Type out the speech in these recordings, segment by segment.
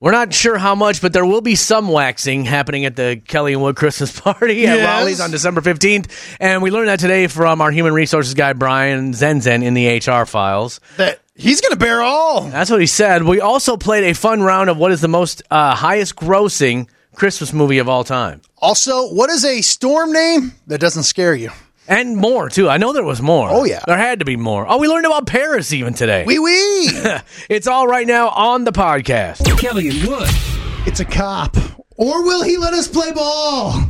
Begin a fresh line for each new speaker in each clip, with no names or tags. We're not sure how much, but there will be some waxing happening at the Kelly and Wood Christmas party at
Yes.
Raleigh's on December 15th. And we learned that today from our human resources guy, Brian Zenzen, in the HR files.
That he's going to bear all.
That's what he said. We also played a fun round of what is the most uh, highest grossing Christmas movie of all time.
Also, what is a storm name that doesn't scare you?
And more, too. I know there was more.
Oh, yeah.
There had to be more. Oh, we learned about Paris even today.
Wee wee.
it's all right now on the podcast.
Kelly and Wood.
it's a cop. Or will he let us play ball?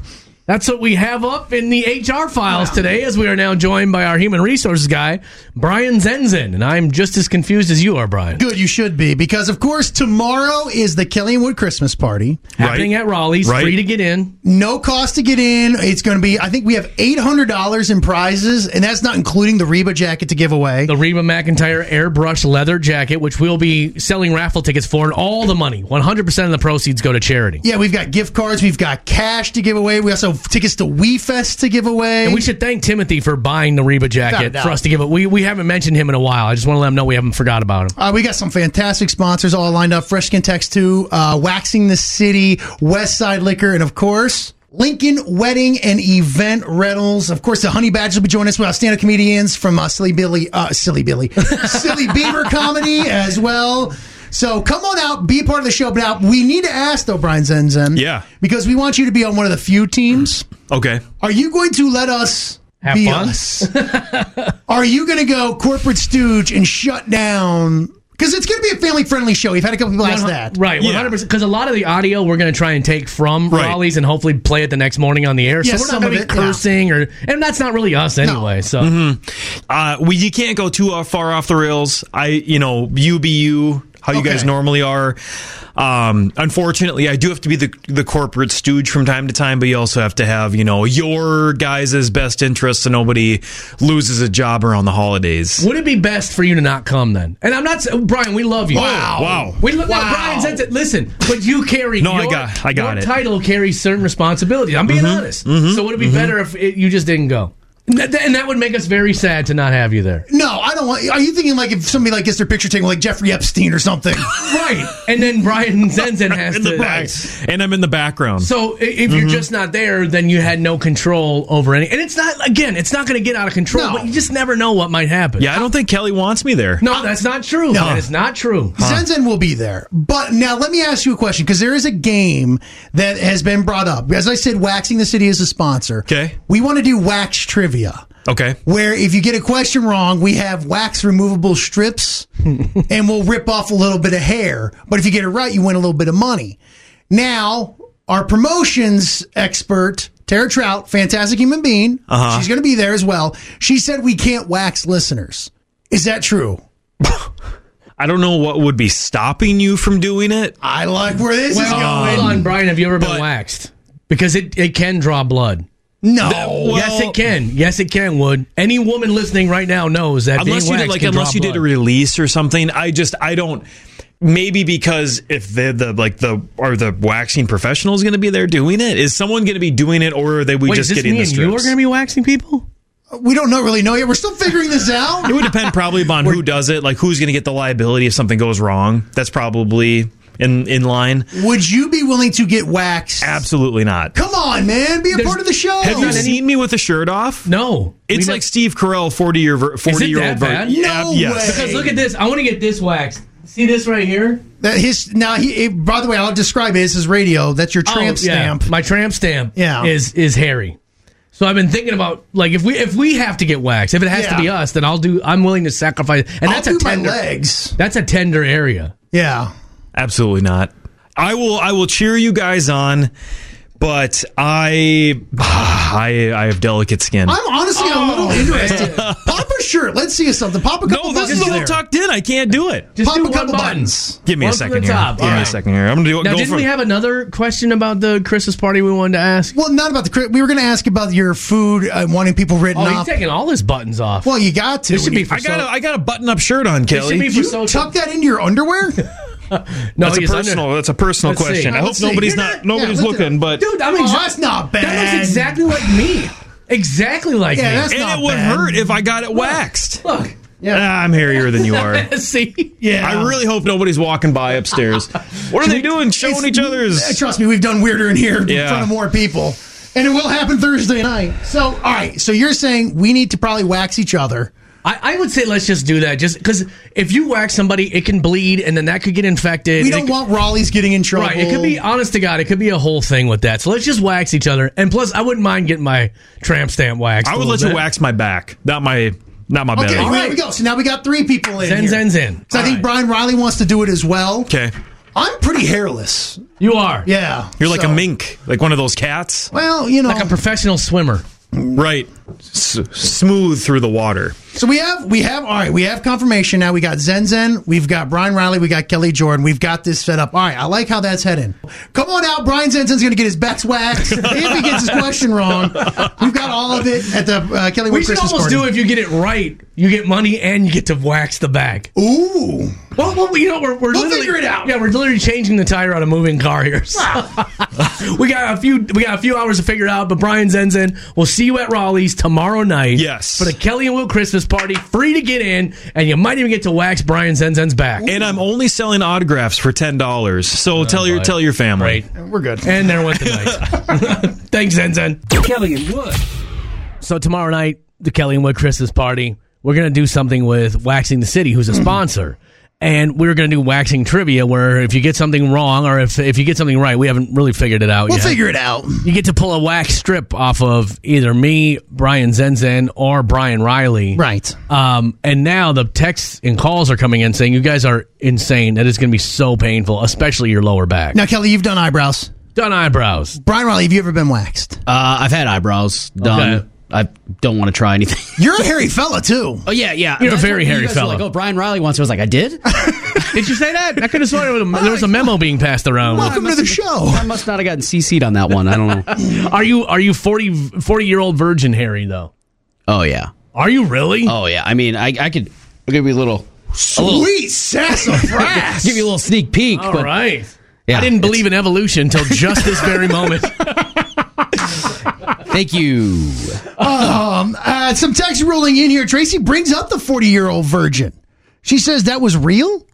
That's what we have up in the HR files today, as we are now joined by our human resources guy, Brian Zenzen. And I'm just as confused as you are, Brian.
Good, you should be, because of course tomorrow is the Kelly and Wood Christmas party.
Happening at Raleigh's,
Right.
free to get in.
No cost to get in. It's going to be, I think we have eight hundred dollars in prizes, and that's not including the Reba jacket to give away.
The Reba McIntyre airbrush leather jacket, which we'll be selling raffle tickets for, and all the money, 100% of the proceeds go to charity.
yeah, we've got gift cards, we've got cash to give away. We also have tickets to WeFest to give away.
And we should thank Timothy for buying the Reba jacket
doubt.
for us to give it. We, we haven't mentioned him in a while. I just want to let him know we haven't forgot about him.
Uh, we got some fantastic sponsors all lined up. Fresh Skin Text 2, uh, Waxing the City, West Side Liquor, and of course, Lincoln Wedding and Event Rentals. Of course, the Honey Badge will be joining us. We have stand-up comedians from uh, Silly Billy, uh, Silly Billy, Silly Beaver Comedy as well. So come on out, be part of the show. But now we need to ask though, Brian Zenzen.
Yeah.
Because we want you to be on one of the few teams.
Okay.
Are you going to let us
Have
be
fun?
us? Are you going to go corporate stooge and shut down? Because it's going to be a family friendly show. We've had a couple people ask that.
Uh-huh. Right,
Yeah.
100%. Because a lot of the audio we're going to try and take from
Right.
Raleigh's and hopefully play it the next morning on the air. so
Yeah,
we're not
some
going to
of
be
it, yeah. Mm-hmm.
cursing or. And that's not really us anyway. So
Uh, we you can't go too uh, far off the rails. I you know you be you how you guys
Okay.
normally are. Um, unfortunately, I do have to be the the corporate stooge from time to time, but you also have to have you know your guys' best interests, so nobody loses a job around the holidays.
would it be best for you to not come then? And I'm not. s- Brian, we love you.
Wow. Wow.
We love
Wow.
Brian said that. Listen, but you carry.
No, I
your,
got- I got
your
it.
title carries certain responsibilities. I'm being
Mm-hmm.
honest. so would it be better if it, you just didn't go? And that- and that would make us very sad to not have you there.
No, I don't want. Are you thinking like if somebody like gets their picture taken, like Jeffrey Epstein or something?
Right. And then Brian Zenzen has
In
to.
the back- and I'm in the background.
So i- if
Mm-hmm.
you're just not there, then you had no control over any. And it's not again, it's not going to get out of control.
No.
But you just never know what might happen.
yeah, I don't think Kelly wants me there.
No, that's not true.
No.
That is not true.
Zenzen will be there. But now let me ask you a question because there is a game that has been brought up. As I said, Waxing the City is a sponsor.
Okay.
We want to do wax trivia.
Okay.
where if you get a question wrong, we have wax removable strips and we'll rip off a little bit of hair. But if you get it right, you win a little bit of money. Now, our promotions expert, Tara Trout, fantastic human being, she's going to be there as well. She said we can't wax listeners. Is that true?
I don't know what would be stopping you from doing it.
I like where this
Well,
is
hold
going.
on, Brian. Have you ever been
but-
waxed? Because it, it can draw blood.
No.
yes, it can. Yes, it can. Would any woman listening right now knows that
unless
being
you did
waxed
like
can draw
unless you did a
blood.
release or something i just i don't maybe because if the the like the are the waxing professionals going to be there doing it is someone going to be doing it or are they we
Wait,
just
does this
getting
mean
the
you are
strips
going to be waxing people?
we don't know, really know yet. We're still figuring this out.
it would depend probably upon who does it like who's going to get the liability if something goes wrong that's probably in in line
Would you be willing to get waxed?
absolutely not
Come on, man. Be a part of the show.
have you
not any-
seen me with a shirt off
No,
it's
We
like steve carell 40 year ver- 40 year
that
old ver-
bad?
Yeah,
No
yes
way.
Because look at this. I want to get this waxed. See this right here?
That his now he eh, by the way I'll describe it. This is radio. That's your
Oh, yeah.
tramp stamp.
My tramp stamp
Yeah.
is is hairy. So I've been thinking about like if we if we have to get waxed, if it has to
Yeah.
be us, then I'll do I'm willing to sacrifice and that's
I'll
a
do
tender
my legs.
that's a tender area.
Yeah.
Absolutely not. I will I will cheer you guys on, but I I I have delicate skin.
I'm honestly a
Oh.
little interested. Pop a shirt. Let's see something. Pop a couple
no, this
buttons
is a little
there.
tucked in. I can't do it.
Just
Pop
do
a
one
couple
button.
buttons.
Give me
One
a
from
second
the
here.
top.
Give
All
me a
right.
second here. I'm gonna do
Now
go
didn't
from,
we have another question about the Christmas party we wanted to ask?
Well, not about the cri- we were going to ask about your food and wanting people written
Oh, he's
off.
taking all his buttons off.
Well, you got to.
this should be for
I got a,
so-
I got a button up shirt on,
this should
Kelly.
be for
you
social.
tuck that into your underwear.
no,
that's a
he's under-
personal that's a personal
Let's see.
question. I
Let's
hope
see.
nobody's
You're
not,
not-
nobody's
yeah, listen.
looking, but
Dude, I'm
Oh,
exa-
that's not bad.
That looks exactly like me. Exactly like
Yeah,
me.
that's
and
not
it would
bad.
hurt if I got it waxed.
Look,
Yeah. I'm hairier than you are.
See,
Yeah.
I really hope nobody's walking by upstairs. What are they doing? Showing each
Uh,
other's.
Trust me, we've done weirder in here in
Yeah.
front of more people. And it will happen Thursday night. So, all right. So you're saying we need to probably wax each other.
I, I would say let's just do that, just because if you whack somebody, it can bleed, and then that could get infected.
We
It
don't
could-
want Raleigh's getting in trouble.
Right, it could be honest to God, it could be a whole thing with that. So let's just wax each other. And plus, I wouldn't mind getting my tramp stamp waxed.
I
a
would
little
let you
bit.
wax my back, not my, not my
Okay,
belly.
all
All
right.
right.
we go. So now we got three people in.
Zen,
here.
zen, zen.
So I
All
think
right.
Brian Riley wants to do it as well.
Okay,
I'm pretty hairless.
You are,
Yeah.
you're like
so-
a mink, like one of those cats,
Well, you know.
like a professional swimmer.
right? S- smooth through the water.
so we have, we have, all right, we have confirmation now. We got Zen Zen, we've got Brian Riley, we got Kelly Jordan, we've got this set up. All right, I like how that's heading. Come on out, Brian Zen Zen's going to get his backs waxed if he gets his question wrong. We've got all of it at the uh, Kelly
We
Wood
should
Christmas
almost
party.
do it if you get it right. You get money and you get to wax the back.
Ooh,
Well, well, you know, we're, we're
We'll
literally-
figure it out.
Yeah, we're literally changing the tire on a moving car here. so- we got a few, we got a few hours to figure it out. But Brian Zenzen, we'll see you at Raleigh's tomorrow night.
Yes.
for the Kelly and Will Christmas party, free to get in, and you might even get to wax Brian Zenzen's back.
And I'm only selling autographs for ten dollars. So tell your
bye.
tell your family.
Oh Right.
we're good.
And there went the night. Thanks, Zenzen.
Kelly and Wood.
So tomorrow night, the Kelly and Wood Christmas party, we're gonna do something with Waxing the City, who's a sponsor. And we're gonna do waxing trivia, where if you get something wrong or if if you get something right, we haven't really figured it out
We'll
yet.
figure it out.
you get to pull a wax strip off of either me, Brian Zenzen, or Brian Riley.
Right.
Um, and now the texts and calls are coming in saying you guys are insane. That is going to be so painful, especially your lower back.
Now, Kelly, you've done eyebrows.
Done eyebrows.
Brian Riley, have you ever been waxed?
Uh, I've had eyebrows done.
Okay.
I don't want to try anything.
You're a hairy fella, too.
oh yeah, yeah.
You're a
That's
very
what you
hairy
guys were
fella.
Like, oh, Brian Riley once. I was like, I did.
Did you say that? I could have sworn there was a- there was a memo being passed around.
Welcome to the show.
I must not have gotten CC'd on that one. I don't know.
Are you are you 40 40 year old virgin Harry though?
Oh yeah.
Are you really?
Oh yeah. I mean, I I could I'll give you a little
Sweet sassafras.
give you a little sneak peek,
All
but
right.
Yeah,
I didn't believe in evolution until just this very moment.
thank you.
Um, uh, some text rolling in here. Tracy brings up the 40 year old virgin. She says that was real.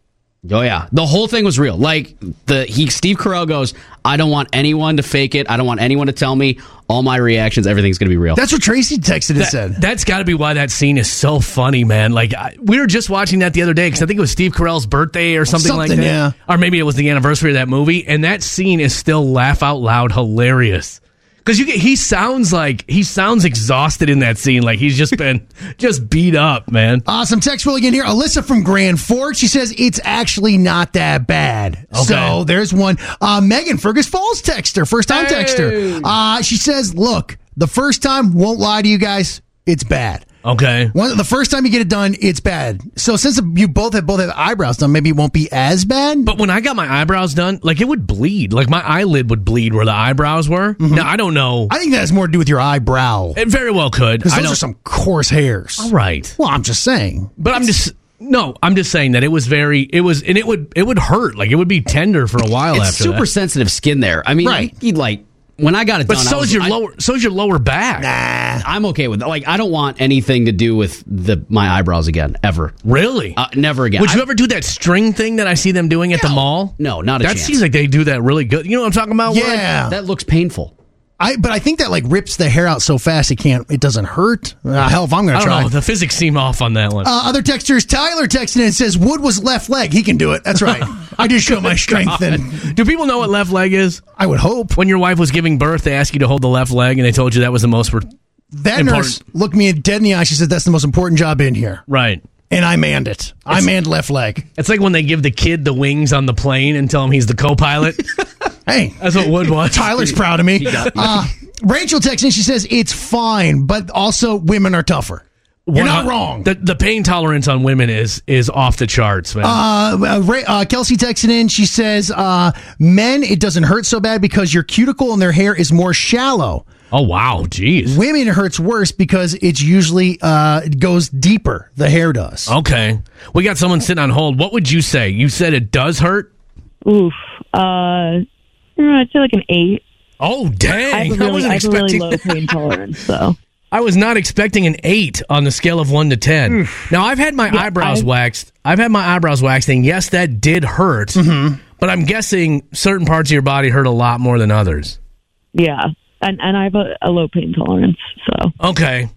Oh yeah, the whole thing was real. Like the he Steve Carell goes, I don't want anyone to fake it. I don't want anyone to tell me all my reactions. Everything's gonna be real.
That's what Tracy texted and said.
That's got to be why that scene is so funny, man. Like I, we were just watching that the other day because I think it was Steve Carell's birthday or something, like that,
Something, yeah.
or maybe it was the anniversary of that movie. And that scene is still laugh out loud hilarious because you get, he sounds like he sounds exhausted in that scene, like he's just been just beat up, man.
Uh, some text rolling in here. Alyssa from Grand Fork. She says it's actually not that bad. So there's one. Uh, Megan Fergus Falls texter, first time texter. Uh, she says, look, the first time, won't lie to you guys, it's bad.
Okay,
One, the first time you get it done, it's bad. So since you both have both have eyebrows done, maybe it won't be as bad.
But when I got my eyebrows done, like it would bleed. Like my eyelid would bleed where the eyebrows were.
Mm-hmm.
Now I don't know.
I think that has more to do with your eyebrow.
it very well could.
Because
I
those
know.
are some coarse hairs.
right.
Well, I'm just saying.
But I'm just no. I'm just saying that it was very. It was and it would it would hurt. Like it would be tender for a while
it's
after
super
that.
sensitive skin there. I mean,
Right.
you- like when I got it
But
done, I
so's
was-
your
I-
lower so's your lower back.
I'm okay with it. Like I don't want anything to do with the my eyebrows again ever.
Really?
Uh, never again.
would you
I-
ever do that string thing that I see them doing at the mall?
No, not a
that
chance.
seems like they do that really good. You know what I'm talking about? Warren?
Yeah.
that looks painful.
I but I think that like rips the hair out so fast it can't it doesn't hurt. Uh, hell, if I'm
I
gonna
don't
try.
know. The physics seem off on that one.
uh, other texters, Tyler texted in and says Wood was left leg. He can do it. That's right. I just show my strength, and
do people know what left leg is?
I would hope
When your wife was giving birth, they asked you to hold the left leg, and they told you that was the most. re-
that nurse
Important.
looked me dead in the eye. She said, "That's the most important job in here,"
Right.
and I manned it. I manned left leg.
It's like when they give the kid the wings on the plane and tell him he's the co-pilot.
Hey,
That's what Wood was.
Tyler's proud of me. Uh, Rachel texted in. She says it's fine, but also women are tougher. You're not
One-
wrong.
The, the pain tolerance on women is is off the charts, man.
Uh, uh, Ray, uh, Kelsey texted in. She says, uh, "Men, it doesn't hurt so bad because your cuticle and their hair is more shallow.
oh wow, jeez.
Women, it hurts worse because it's usually uh, it goes deeper. The hair does.
Okay, we got someone sitting on hold. What would you say? You said it does hurt.
Oof. Uh, I don't know, I'd say like an eight.
Oh
I
dang!
have a
I
really, I
wasn't
have a really
expecting.
low pain tolerance, so
I was not expecting an eight on the scale of one to ten. Now I've had my eyebrows
I-
waxed. I've had my eyebrows waxed, and yes, that did hurt. But I'm guessing certain parts of your body hurt a lot more than others.
Yeah. And and I have a, a low pain tolerance, so
Okay,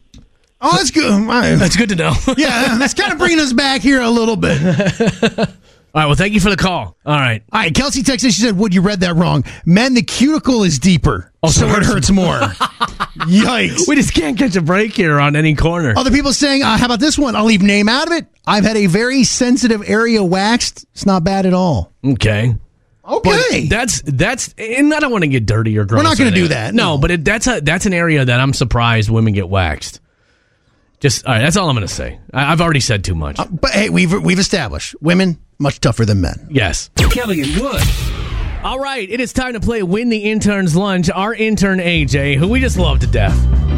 Oh, that's good. All right.
that's good to know. All
Yeah, that's kind of bringing us back here a little bit.
right, well, thank you for the call. All right,
All right, Kelsey texted. She said, "Would you read that wrong? Men, the cuticle is deeper, so it hurts more." Yikes!
we just can't catch a break here on any corner.
Other people saying, uh, "How about this one? I'll leave name out of it. I've had a very sensitive area waxed. It's not bad at all."
Okay.
Okay.
That's that's and I don't want to get dirty or gross.
not gonna
on
do
it.
that,
No,
no.
but it, that's a that's an area that I'm surprised women get waxed. Just all right. That's all I'm going to say. I, I've already said too much.
but hey, we've we've established women much tougher than men.
yes.
Kelly and Wood.
All right. It is time to play Win the Intern's Lunch. Our intern AJ, who we just love to death,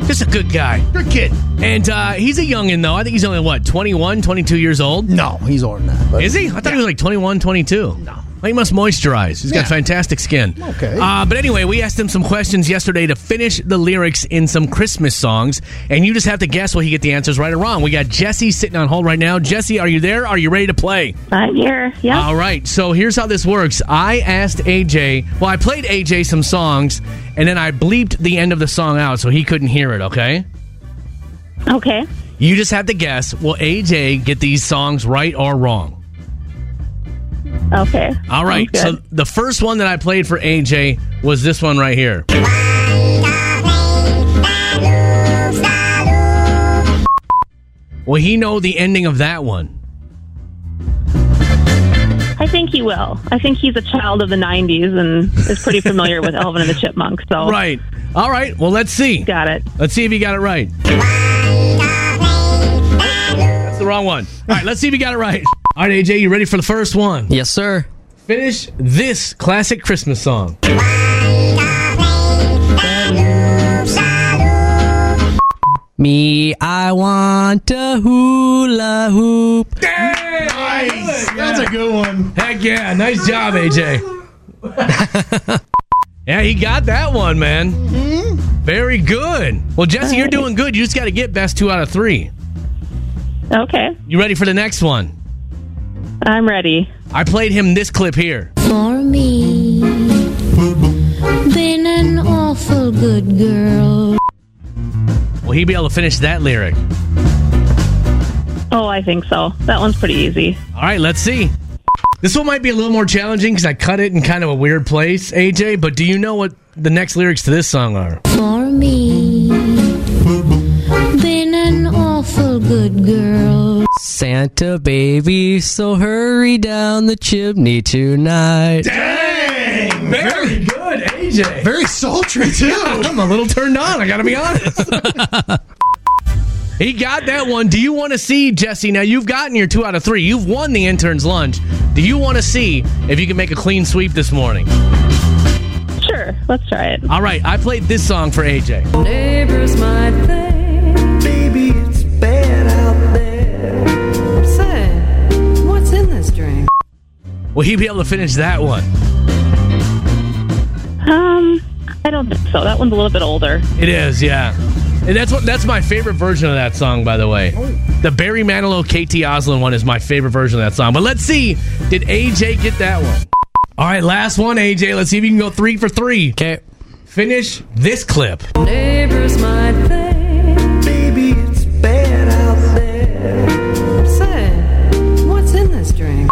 just a good guy,
Good kid.
and uh, he's a youngin though. I think he's only what 21, 22 years old.
No, he's older than that. But
Is he? I thought he was like 21, 22. No. He must moisturize. He's
Yeah.
got fantastic skin.
Okay.
Uh, but anyway, we asked him some questions yesterday to finish the lyrics in some Christmas songs, and you just have to guess will he get the answers right or wrong. We got Jesse sitting on hold right now. Jesse, are you there? Are you ready to play?
I'm here. Yeah.
All right. So here's how this works. I asked AJ. Well, I played AJ some songs, and then I bleeped the end of the song out so he couldn't hear it. Okay.
okay.
You just have to guess will AJ get these songs right or wrong?
Okay.
All right.
Sounds
So
good.
the first one that I played for AJ was this one right here. Will he know the ending of that one?
I think he will. I think he's a child of the '90s and is pretty familiar with Elvin and the Chipmunks. So
Right. All right. Well, let's see.
got it.
Let's see if he got it right. That's the wrong one. All right. Let's see if he got it right. All right, AJ, you ready for the first one?
Yes, sir.
Finish this classic Christmas song.
Me, I want a hula hoop.
nice. That's a good one.
Heck yeah. Nice job, AJ. yeah, he got that one, man. Very good. Well, Jesse, you're doing good. You just got to get best two out of three.
Okay.
You ready for the next one?
I'm ready.
I played him this clip here.
for me. Been an awful good girl.
Will he be able to finish that lyric?
Oh, I think so. That one's pretty easy.
All right, let's see. This one might be a little more challenging because I cut it in kind of a weird place, AJ, but do you know what the next lyrics to this song are?
For me. Been an awful good girl.
Santa baby, so hurry down the chimney tonight.
Dang.
Very good, AJ.
Very sultry too.
I'm a little turned on. I got to be honest. he got that one. Do you want to see Jesse? Now you've gotten your two out of three. You've won the intern's lunch. Do you want to see if you can make a clean sweep this morning?
Sure. Let's try it.
All right, I played this song for AJ.
Neighbors might think, baby, it's bad out there. Say, what's in this drink?
Will he be able to finish that one?
Um, I don't think so. That one's a little bit older.
It is, yeah. And that's what that's my favorite version of that song, by the way. The Barry Manilow, KT Oslin one is my favorite version of that song. But let's see, did AJ get that one? All right, last one, AJ. Let's see if you can go three for three.
Okay.
Finish this clip.
Neighbors might think, baby, it's bad out there. Say, what's in this drink?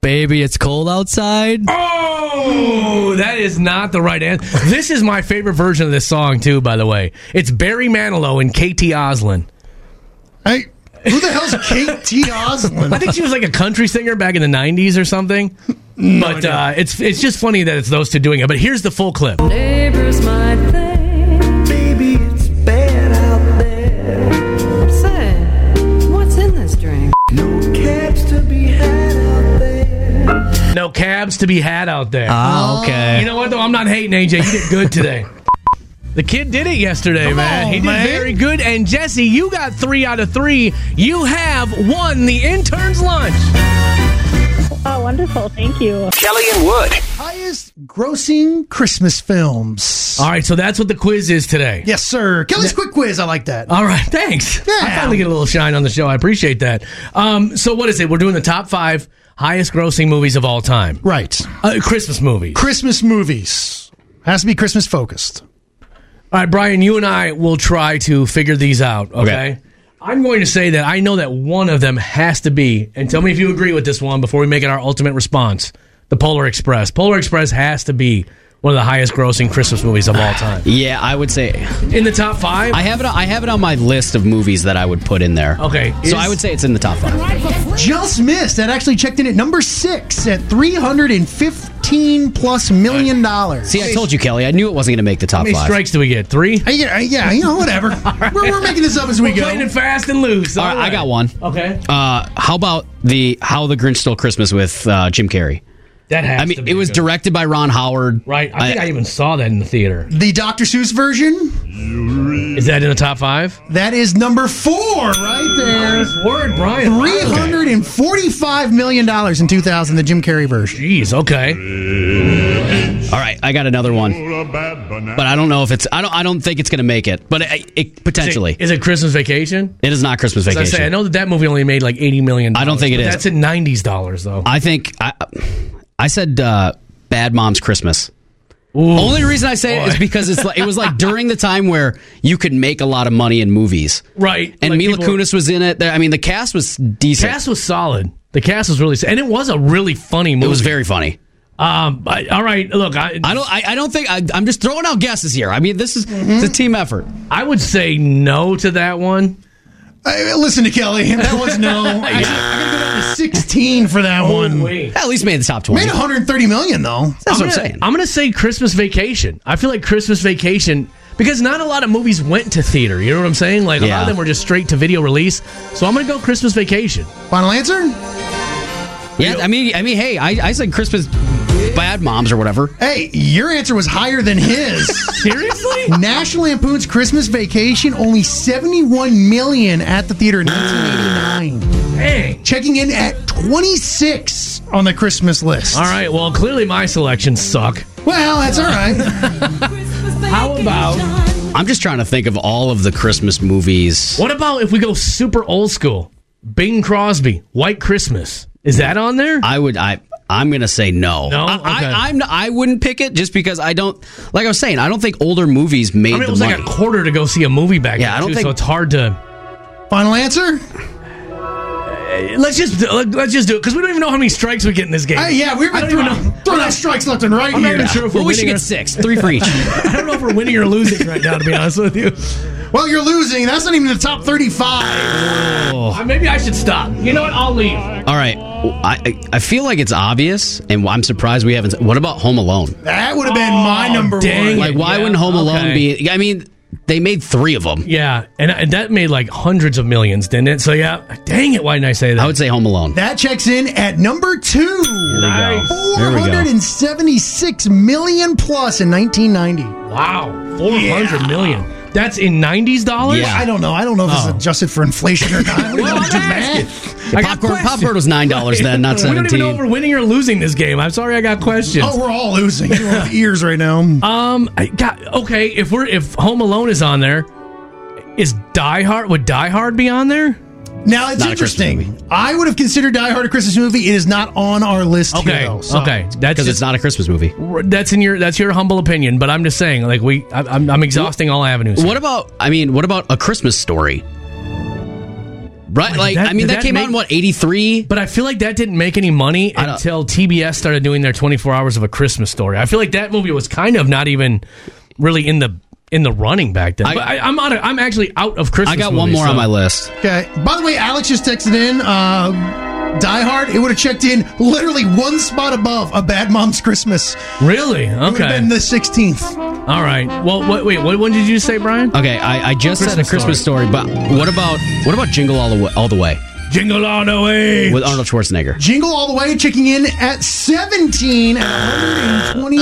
Baby, it's cold outside.
Oh, that is not the right answer. This is my favorite version of this song too, by the way. It's Barry Manilow and KT Oslin.
Hey, who the hell's Kate T. Oslin?
I think she was like a country singer back in the '90s or something. but uh, it's it's just funny that it's those two doing it. But here's the full clip.
Neighbors might think, baby, it's bad out there. Say, what's in this drink? No cabs to be had out there.
No cabs to be had out there. Oh.
Ah, okay.
you know what though? I'm not hating AJ. You did good today. The kid did it yesterday, man.
on,
he did
man.
very good. And Jesse, you got three out of three. You have won the intern's lunch.
Oh wonderful. Thank you.
Kelly and Wood.
Highest grossing Christmas films.
All right, so that's what the quiz is today.
Uh, yes, sir. Uh, Kelly's quick quiz. I like that.
All right, thanks. I
Yeah.
finally get a little shine on the show. I appreciate that. Um, so what is it? We're doing the top five highest grossing movies of all time.
right.
Uh, Christmas movies.
Christmas movies. Has to be Christmas focused.
All right, Brian, you and I will try to figure these out, okay?
Okay.
I'm going to say that I know that one of them has to be, and tell me if you agree with this one before we make it our ultimate response the Polar Express. Polar Express has to be one of the highest grossing Christmas movies of all time.
Yeah, I would say
In the top five?
I have it. I have it on my list of movies that I would put in there.
Okay,
so
is-
I would say it's in the top five.
Just missed. That actually checked in at number six at 315 plus million dollars.
See, I told you, Kelly. I knew it wasn't going to make the top
How many
five.
strikes do we get? Three?
Uh, Yeah, uh, yeah, you know, whatever. we're, we're making this up as we go.
Playing it fast and loose.
All right, I got one.
Okay.
Uh, how about the How the Grinch Stole Christmas with uh, Jim Carrey?
That has
I
to
mean,
be
it was
good.
directed by Ron Howard.
Right. I think I, even saw that in the theater.
The Dr. Seuss version,
Is that in the top five?
that is number four right there.
Word, Brian.
$345 million in 2000, the Jim Carrey version.
Jeez, okay.
All right, I got another one, but I don't know if it's. I don't. I don't think it's going to make it, but it, it potentially.
Is it Christmas Vacation?
it is not Christmas
As I say, I
Vacation. I,
know that that movie only made like eighty million.
I don't think it
but
is.
That's in nineties dollars though.
think I. I said uh, Bad Mom's Christmas. Only reason I say it is
Boy.
because it's like, it was like during the time where you could make a lot of money in movies.
right.
And
like
Mila
people-
Kunis was in it. There- I mean, the cast was
The
decent.
cast was solid. The cast was really, and it was a really funny movie.
it was very funny.
Um. I, all right. Look, I,
I don't. I, I don't think. I, I'm just throwing out guesses here. I mean, this is
Mm-hmm.
it's a team effort.
I would say no to that one.
Uh, listen to Kelly. That was no. I, I gotta go down to 16 for that one.
wait.
At least made the top
Made
twenty.
130 million, though.
That's what I'm
gonna-
saying.
I'm gonna say Christmas Vacation. I feel like Christmas Vacation because not a lot of movies went to theater. You know what I'm saying? Like a lot
Yeah.
of them were just straight to video release. So I'm gonna go Christmas Vacation.
Final answer?
yeah. I mean. I mean. Hey. I, I said Christmas bad moms or whatever.
Hey, your answer was higher than his.
Seriously?
National Lampoon's Christmas Vacation only 71 million at the theater in 1989,
Dang.
checking in at 26 on the Christmas list.
All right. Well, clearly my selections suck.
Well, that's all right.
How about?
I'm just trying to think of all of the Christmas movies.
What about if we go super old school? Bing Crosby, White Christmas. Is that on there?
Mm. I would. I. I'm gonna say no.
No?
I,
Okay.
I, I'm. I wouldn't pick it just because I don't. Like I was saying, I don't think older movies made
I mean, it
the
was
money.
like a quarter to go see a movie back
Yeah,
then,
I don't
too,
think-
so it's hard to.
Final answer?
Let's just let's just do it because we don't even know how many strikes we get in this game.
Uh,
Hey, Uh, yeah, we've
I
been
don't even
throwing,
know.
out- throwing out strikes left and right
I'm not
here.
even sure if we're
well, we should
winning
get
or-
six, three for each.
I don't know if we're winning or losing right now. To be honest with you,
Well, you're losing. That's not even the top 35.
Oh.
Uh, maybe I should stop. You know what? I'll leave.
All right, I I- I feel like it's obvious, and I'm surprised we haven't. What about Home Alone?
That would have been my
Oh,
number
dang
one.
it.
Like, why
Yeah,
wouldn't Home Alone
okay.
be? I mean, they made three of them.
Yeah, and, and that made like hundreds of millions, didn't it? So yeah, dang it, why didn't I say that?
I would say Home Alone.
That checks in at number two.
Nice.
There we go.
476 million plus in 1990.
wow, four hundred million. That's in nineties dollars.
Yeah.
I don't know. I don't know if
Oh.
it's adjusted for inflation or not. We don't do math.
I got
popcorn,
questions.
popcorn was nine dollars then, not
We don't even know if
seventeen.
we're winning or losing this game. I'm sorry, I got questions.
Oh, we're all losing Everyone's ears right now.
Um, I got okay. If we're if Home Alone is on there, is Die Hard would Die Hard be on there?
Now it's
not a Christmas
interesting. I would have considered Die Hard a Christmas movie. It is not on our list.
Okay,
here, though, so.
okay, that's
Because
just,
it's not a Christmas movie.
that's in your that's your humble opinion, but I'm just saying like we I, I'm I'm exhausting all avenues.
What about? I mean, what about a Christmas story? Right, like
that-
I mean,
did
that,
that
came out
make-
in what eighty three.
But I feel like that didn't make any money
I don't-
until TBS started doing their 24 hours of a Christmas story. I feel like that movie was kind of not even really in the in the running back then.
I-
But I, am out of, I'm actually out of Christmas.
I got one more on my list.
Okay. By the way, Alex just texted in. Uh, Die Hard. It would have checked in literally one spot above a Bad Mom's Christmas. It
Really?
would have
Okay.
been the 16th.
All right. Well, what, wait. What one did you say, Brian?
Okay, I, I just said
Christmas
a Christmas story. but what about what about Jingle All the Way, all the way
Jingle all the way.
with Arnold Schwarzenegger?
Jingle all the way, checking in at 17 at 120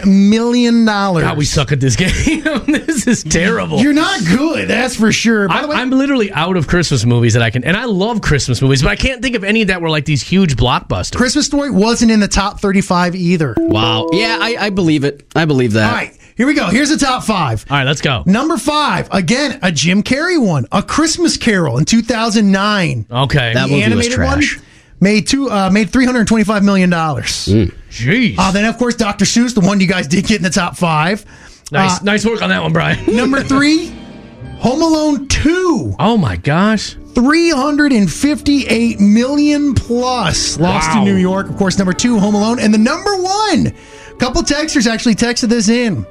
$29 million.
God, we suck at this game. this is terrible.
You're not good, that's for sure. By
I,
the way,
I'm literally out of Christmas movies that I can, and I love Christmas movies, but I can't think of any that were like these huge blockbusters.
Christmas Story wasn't in the top 35 either. All
Wow. Yeah, I, I believe it. I believe that.
right, here we go. Here's the top five.
All right, let's go.
Number five, again, a Jim Carrey one, A Christmas Carol in 2009.
Okay.
Oh, That
The
movie was
animated
trash.
one made two uh, made three hundred twenty five million dollars.
Jeez.
Uh, then of course Dr. Seuss, the one you guys did get in the top five.
nice,
uh,
nice work on that one, Brian.
Number three, Home Alone Two,
Oh my gosh.
three hundred and fifty eight million plus. Lost
Wow.
in New York, of course. Number two, Home Alone, and the number one. Couple texters actually texted this in.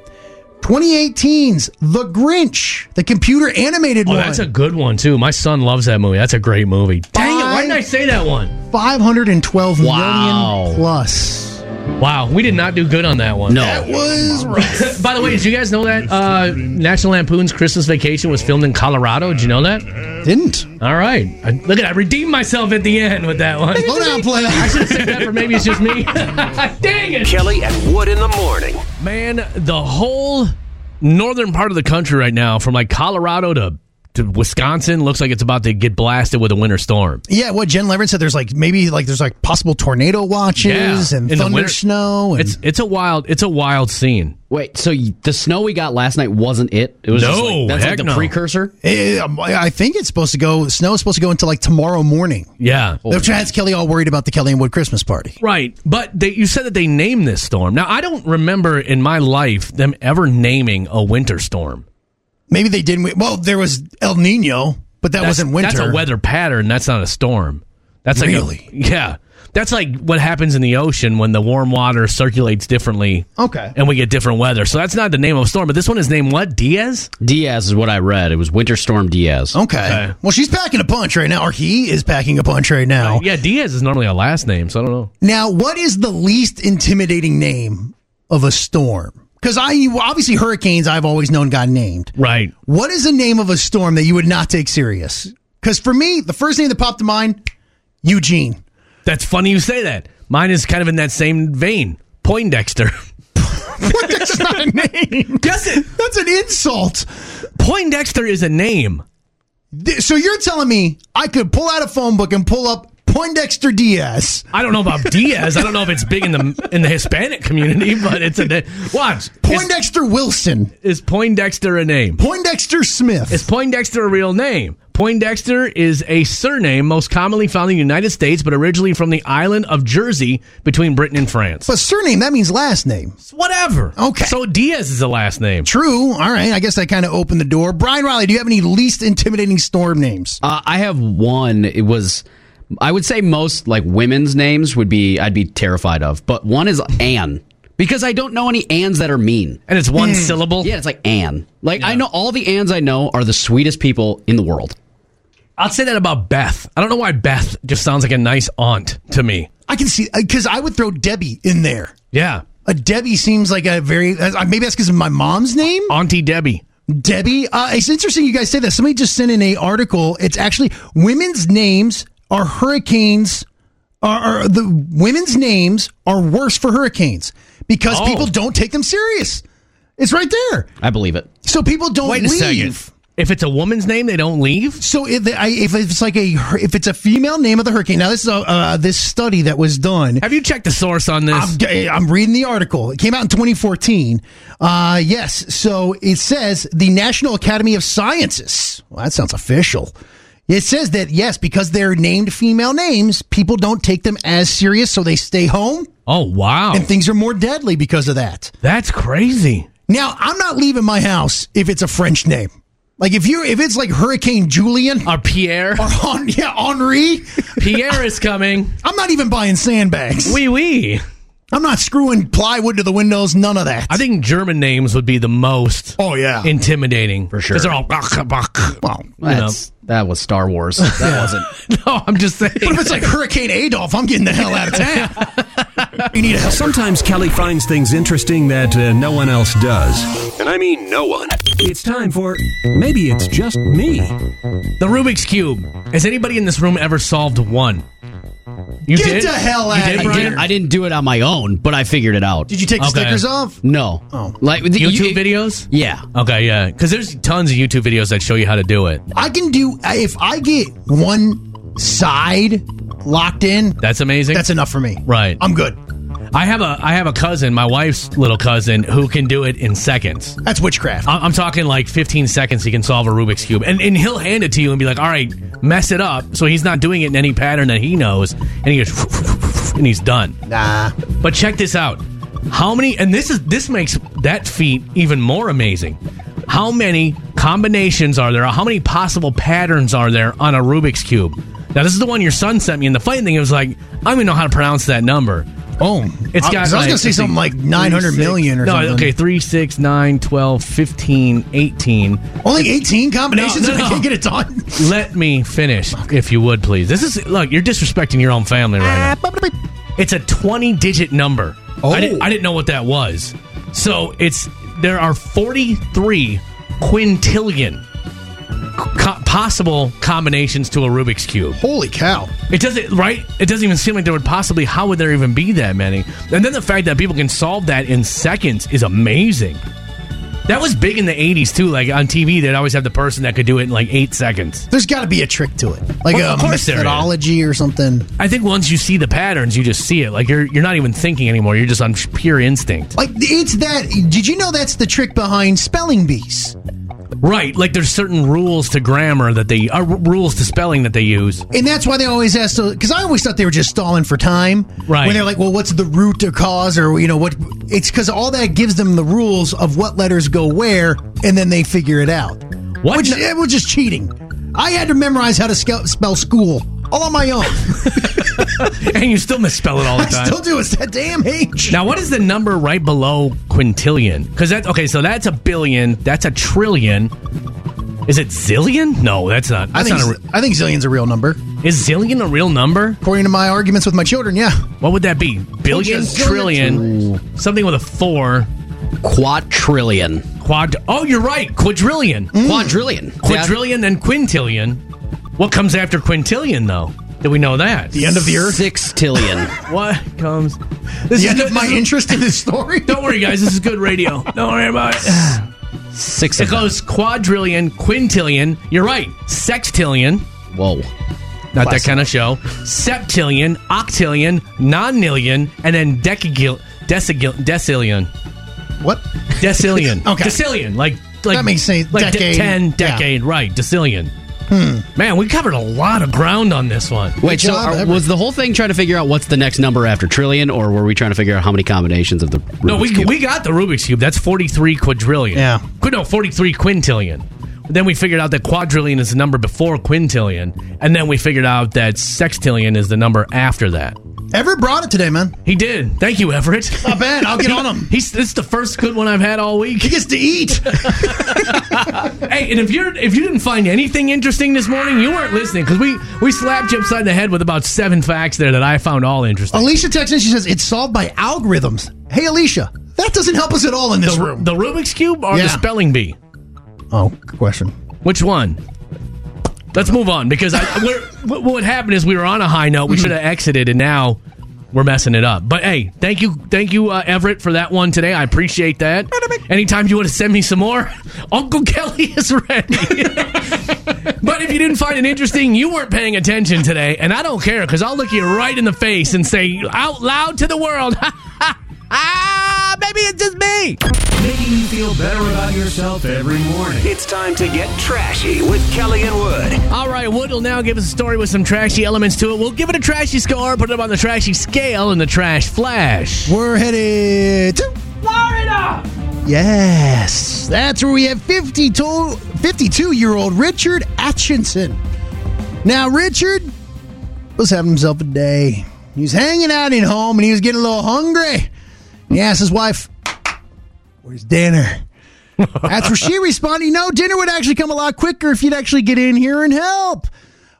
2018's The Grinch, the computer animated
Oh,
one.
that's a good one too. My son loves that movie. That's a great movie. Dang it! Why didn't I say that one?
512 million
Wow.
plus.
Wow, we did not do good on that one.
No.
Was rough.
By the way, did you guys know that uh, National Lampoon's Christmas Vacation was filmed in Colorado? Did you know that?
Didn't.
All right. I, look at I redeemed myself at the end with that one.
Slow down, play
I should have said that for maybe it's just me. Dang it!
Kelly and Wood in the morning.
Man, the whole northern part of the country right now, from like Colorado to to Wisconsin, looks like it's about to get blasted with a winter storm.
Yeah, what Jen Levin said. There's like maybe like there's like possible tornado watches
Yeah,
and
in the
thunder
winter.
snow. And
It's it's a wild it's a wild scene.
Wait, so y- the snow we got last night wasn't it? It was just
No,
like, that's
heck
like the
no.
precursor.
Eh, um, I think it's supposed to go. Snow is supposed to go until like tomorrow morning.
Yeah.
Which has Kelly all worried about the Kelly and Wood Christmas party.
Right, but they, you said that they named this storm. Now I don't remember in my life them ever naming a winter storm.
Maybe they didn't. Well, there was El Nino, but that
That's-
wasn't winter.
That's a weather pattern. That's not a storm. That's like a-
Really?
yeah. That's like what happens in the ocean when the warm water circulates differently.
Okay.
And we get different weather. So that's not the name of a storm, but this one is named what? Diaz?
Diaz is what I read. It was Winter Storm Diaz.
Okay. Well, she's packing a punch right now, or he is packing a punch right now.
Yeah, Diaz is normally a last name, so I don't know.
Now, what is the least intimidating name of a storm? Because I obviously hurricanes I've always known got named.
Right.
What is the name of a storm that you would not take serious? Because for me, the first name that popped to mind, Eugene.
That's funny you say that. Mine is kind of in that same vein. Poindexter.
What? That's not a name.
Yes, it-
That's an insult.
Poindexter is a name.
Th- So you're telling me I could pull out a phone book and pull up Poindexter Diaz,
I don't know about Diaz. I don't know if it's big in the in the Hispanic community, but it's a name. Watch. Is,
Poindexter Wilson,
is Poindexter a name?
Poindexter Smith.
Is Poindexter a real name? Poindexter is a surname most commonly found in the United States, but originally from the island of Jersey between Britain and France.
but surname, that means last name.
Whatever.
Okay.
So Diaz is a last name.
True. All right. I guess I kind of opened the door. Brian Riley, do you have any least intimidating storm names?
Uh, I have one. It was, I would say most like women's names would be I'd be terrified of, but one is Anne because I don't know any Anns that are mean.
And it's
Hmm.
one syllable.
Yeah, it's like Anne. Like I know all the Anns I know are the sweetest people in the world.
I'll say that about Beth. I don't know why Beth just sounds like a nice aunt to me.
I can see, because I would throw Debbie in there.
Yeah.
A Debbie seems like a very, uh, maybe that's because of my mom's name?
Auntie Debbie.
Debbie, uh, it's interesting you guys say that. Somebody just sent in a article. It's actually women's names are hurricanes. Are, are the women's names are worse for hurricanes because
Oh.
people don't take them serious. It's right there,
I believe it.
so people don't
Wait a
leave.
second. If it's a woman's name, they don't leave?
So if, they, I, if it's like a hur- if it's a female name of the hurricane. Now this is a, uh, this study that was done.
Have you checked the source on this?
I'm, eh, I'm reading the article. It came out in 2014. Uh, yes. So it says the National Academy of Sciences. Well, that sounds official. It says that, yes, because they're named female names, people don't take them as serious, so they stay home,
oh, wow.
and things are more deadly because of that.
That's crazy.
Now, I'm not leaving my house if it's a French name. Like if you if it's like Hurricane Julian or
Our Pierre.
Hen- yeah, Henri,
Pierre is coming.
I'm not even buying sandbags.
Wee wee.
I'm not screwing plywood to the windows, none of that.
I think German names would be the most
oh yeah.
intimidating for
sure.
Because they're all
well,
That's that was Star Wars. That wasn't.
no. I'm just saying.
But if it's like Hurricane Adolf, I'm getting the hell out of town. you need a help.
Sometimes Kelly finds things interesting that uh, no one else does. And I mean no one. It's time for Maybe It's Just Me.
the Rubik's cube. Has anybody in this room ever solved one? You did?
Get the hell
You
out
did,
of
I,
Brian?
did, I didn't do it on my own, but I figured it out.
Did you take the
Okay.
stickers off?
No.
Oh.
Like with the
YouTube
you-
videos?
Yeah.
Okay, yeah. Because there's tons of YouTube videos that show you how to do it.
I can do if I get one side locked in.
That's amazing.
That's enough for me.
Right.
I'm good.
I have a I have a cousin, my wife's little cousin, who can do it in seconds.
That's witchcraft.
I- I'm talking like 15 seconds. He can solve a Rubik's cube, and and he'll hand it to you and be like, "All right, mess it up." So he's not doing it in any pattern that he knows, and he goes, and he's done.
nah.
But check this out. How many and this is this makes that feat even more amazing. How many combinations are there? How many possible patterns are there on a Rubik's cube? Now this is the one your son sent me in the fight thing. It was like, I don't even know how to pronounce that number.
Oh,
It's
I, 'cause
got
I was
like-
gonna say
let's see,
something like 900 million or
no,
something.
okay, 3, 6, 9, 12, 15, 18.
Only 18 combinations.
No,
and
no,
I can't
no.
get it done.
Let me finish, if you would, please. This is, look, you're disrespecting your own family right now. It's a 20 digit number. I, didn't, I didn't know what that was. So it's, there are 43 quintillion co- possible combinations to a Rubik's Cube.
Holy cow!
It doesn't right. It doesn't even seem like there would possibly. How would there even be that many? And then the fact that people can solve that in seconds is amazing. That was big in the '80s too. Like on TV, they'd always have the person that could do it in like eight seconds.
There's got to be a trick to it, like
Well, of
a
course there is.
methodology or something.
I think once you see the patterns, you just see it. Like you're you're not even thinking anymore. You're just on pure instinct.
Like it's that. Did you know that's the trick behind spelling bees?
Right. Like there's certain rules to grammar that they are rules to spelling that they use.
And that's why they always ask. Because I always thought they were just stalling for time.
Right.
When they're like, well, what's the root or cause or you know what? It's because all that gives them the rules of what letters go where, and then they figure it out.
What?
Which
No-
it was just cheating. I had to memorize how to spe- spell school all on my own.
and you still misspell it all the
I
time.
still do. It's that damn H.
Now, what is the number right below quintillion? Because that okay, so that's a billion. That's a trillion. Is it zillion? No, that's not.
I
That's
think
not. A,
z- I think zillion's a real number.
re- is zillion a real number?
According to my arguments with my children, yeah.
What would that be? Billion,
zillion,
trillion, something with a four.
Quadrillion.
Quad. Oh, you're right. Quadrillion.
Hmm.
Quadrillion.
Quadrillion, then quintillion. What comes after quintillion, though? Do we know that?
The end of the earth.
Sextillion.
What comes? This
The end
good-
of my
this is-
interest in this story.
Don't worry, guys. This is good radio. Don't worry about it.
Six.
It
Of them.
goes quadrillion, quintillion. You're right. Sextillion.
Whoa.
Not that kind of show. Septillion, octillion, nonillion, and then decagil, decigil, decillion,
What?
decillion.
Okay.
decillion. Like like
That makes sense.
Like de-
Decade.
ten
Yeah. Hmm.
decade, right? Decillion. Man, we covered a lot of ground on this one.
Wait, so
job,
are-
Everett.
was the whole thing trying to figure out what's the next number after trillion, or were we trying to figure out how many combinations of the Rubik's
No, we
Cube?
we got the Rubik's cube. That's forty three quadrillion.
Yeah.
Qu- No, forty three quintillion. Then we figured out that quadrillion is the number before quintillion, and then we figured out that sextillion is the number after that.
Everett brought it today, man.
He did. Thank you, Everett.
I bet. I'll get on him.
He's this is the first good one I've had all week.
He gets to eat.
Hey, and if you're if you didn't find anything interesting this morning, you weren't listening because we we slapped you upside the head with about seven facts there that I found all interesting.
Alicia texts in. She says it's solved by algorithms. Hey, Alicia, that doesn't help us at all in this
The,
room.
the Rubik's cube or the
Yeah.
spelling bee?
oh, good question.
Which one? Let's move on because I, we're, what what happened is we were on a high note. We should have exited, and now we're messing it up. But hey, thank you, thank you, uh, Everett, for that one today. I appreciate that. Anytime you want to send me some more, Uncle Kelly is ready. but if you didn't find it interesting, you weren't paying attention today, and I don't care because I'll look you right in the face and say out loud to the world, "Ah, maybe it's just me."
Making you feel better about yourself every morning. It's time to get trashy with Kelly and Wood.
All right, Wood will now give us a story with some trashy elements to it. We'll give it a trashy score, put it up on the trashy scale, and the trash flash.
We're headed to Florida. Yes, that's where we have 52 52 year old Richard Atchison. Now, Richard was having himself a day. He was hanging out in home and he was getting a little hungry. He asked his wife, Where's dinner? That's where she responded, No, dinner would actually come a lot quicker if you'd actually get in here and help.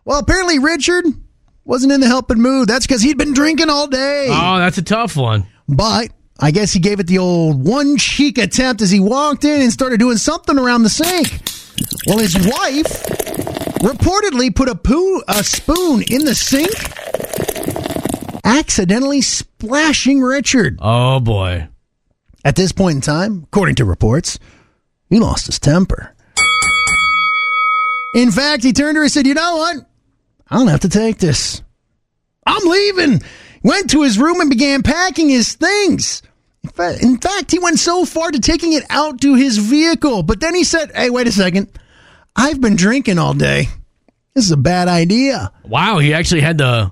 Well, apparently, Richard wasn't in the helping mood. That's because he'd been drinking all day.
Oh, that's a tough one.
But I guess he gave it the old one cheek attempt as he walked in and started doing something around the sink. Well, his wife reportedly put a, poo- a spoon in the sink accidentally splashing Richard.
Oh boy.
At this point in time, according to reports, he lost his temper. In fact, he turned to her and said, You know what? I don't have to take this. I'm leaving. Went to his room and began packing his things. In fa- In fact, he went so far to taking it out to his vehicle. But then he said, Hey, wait a second. I've been drinking all day. This is a bad idea.
Wow, he actually had the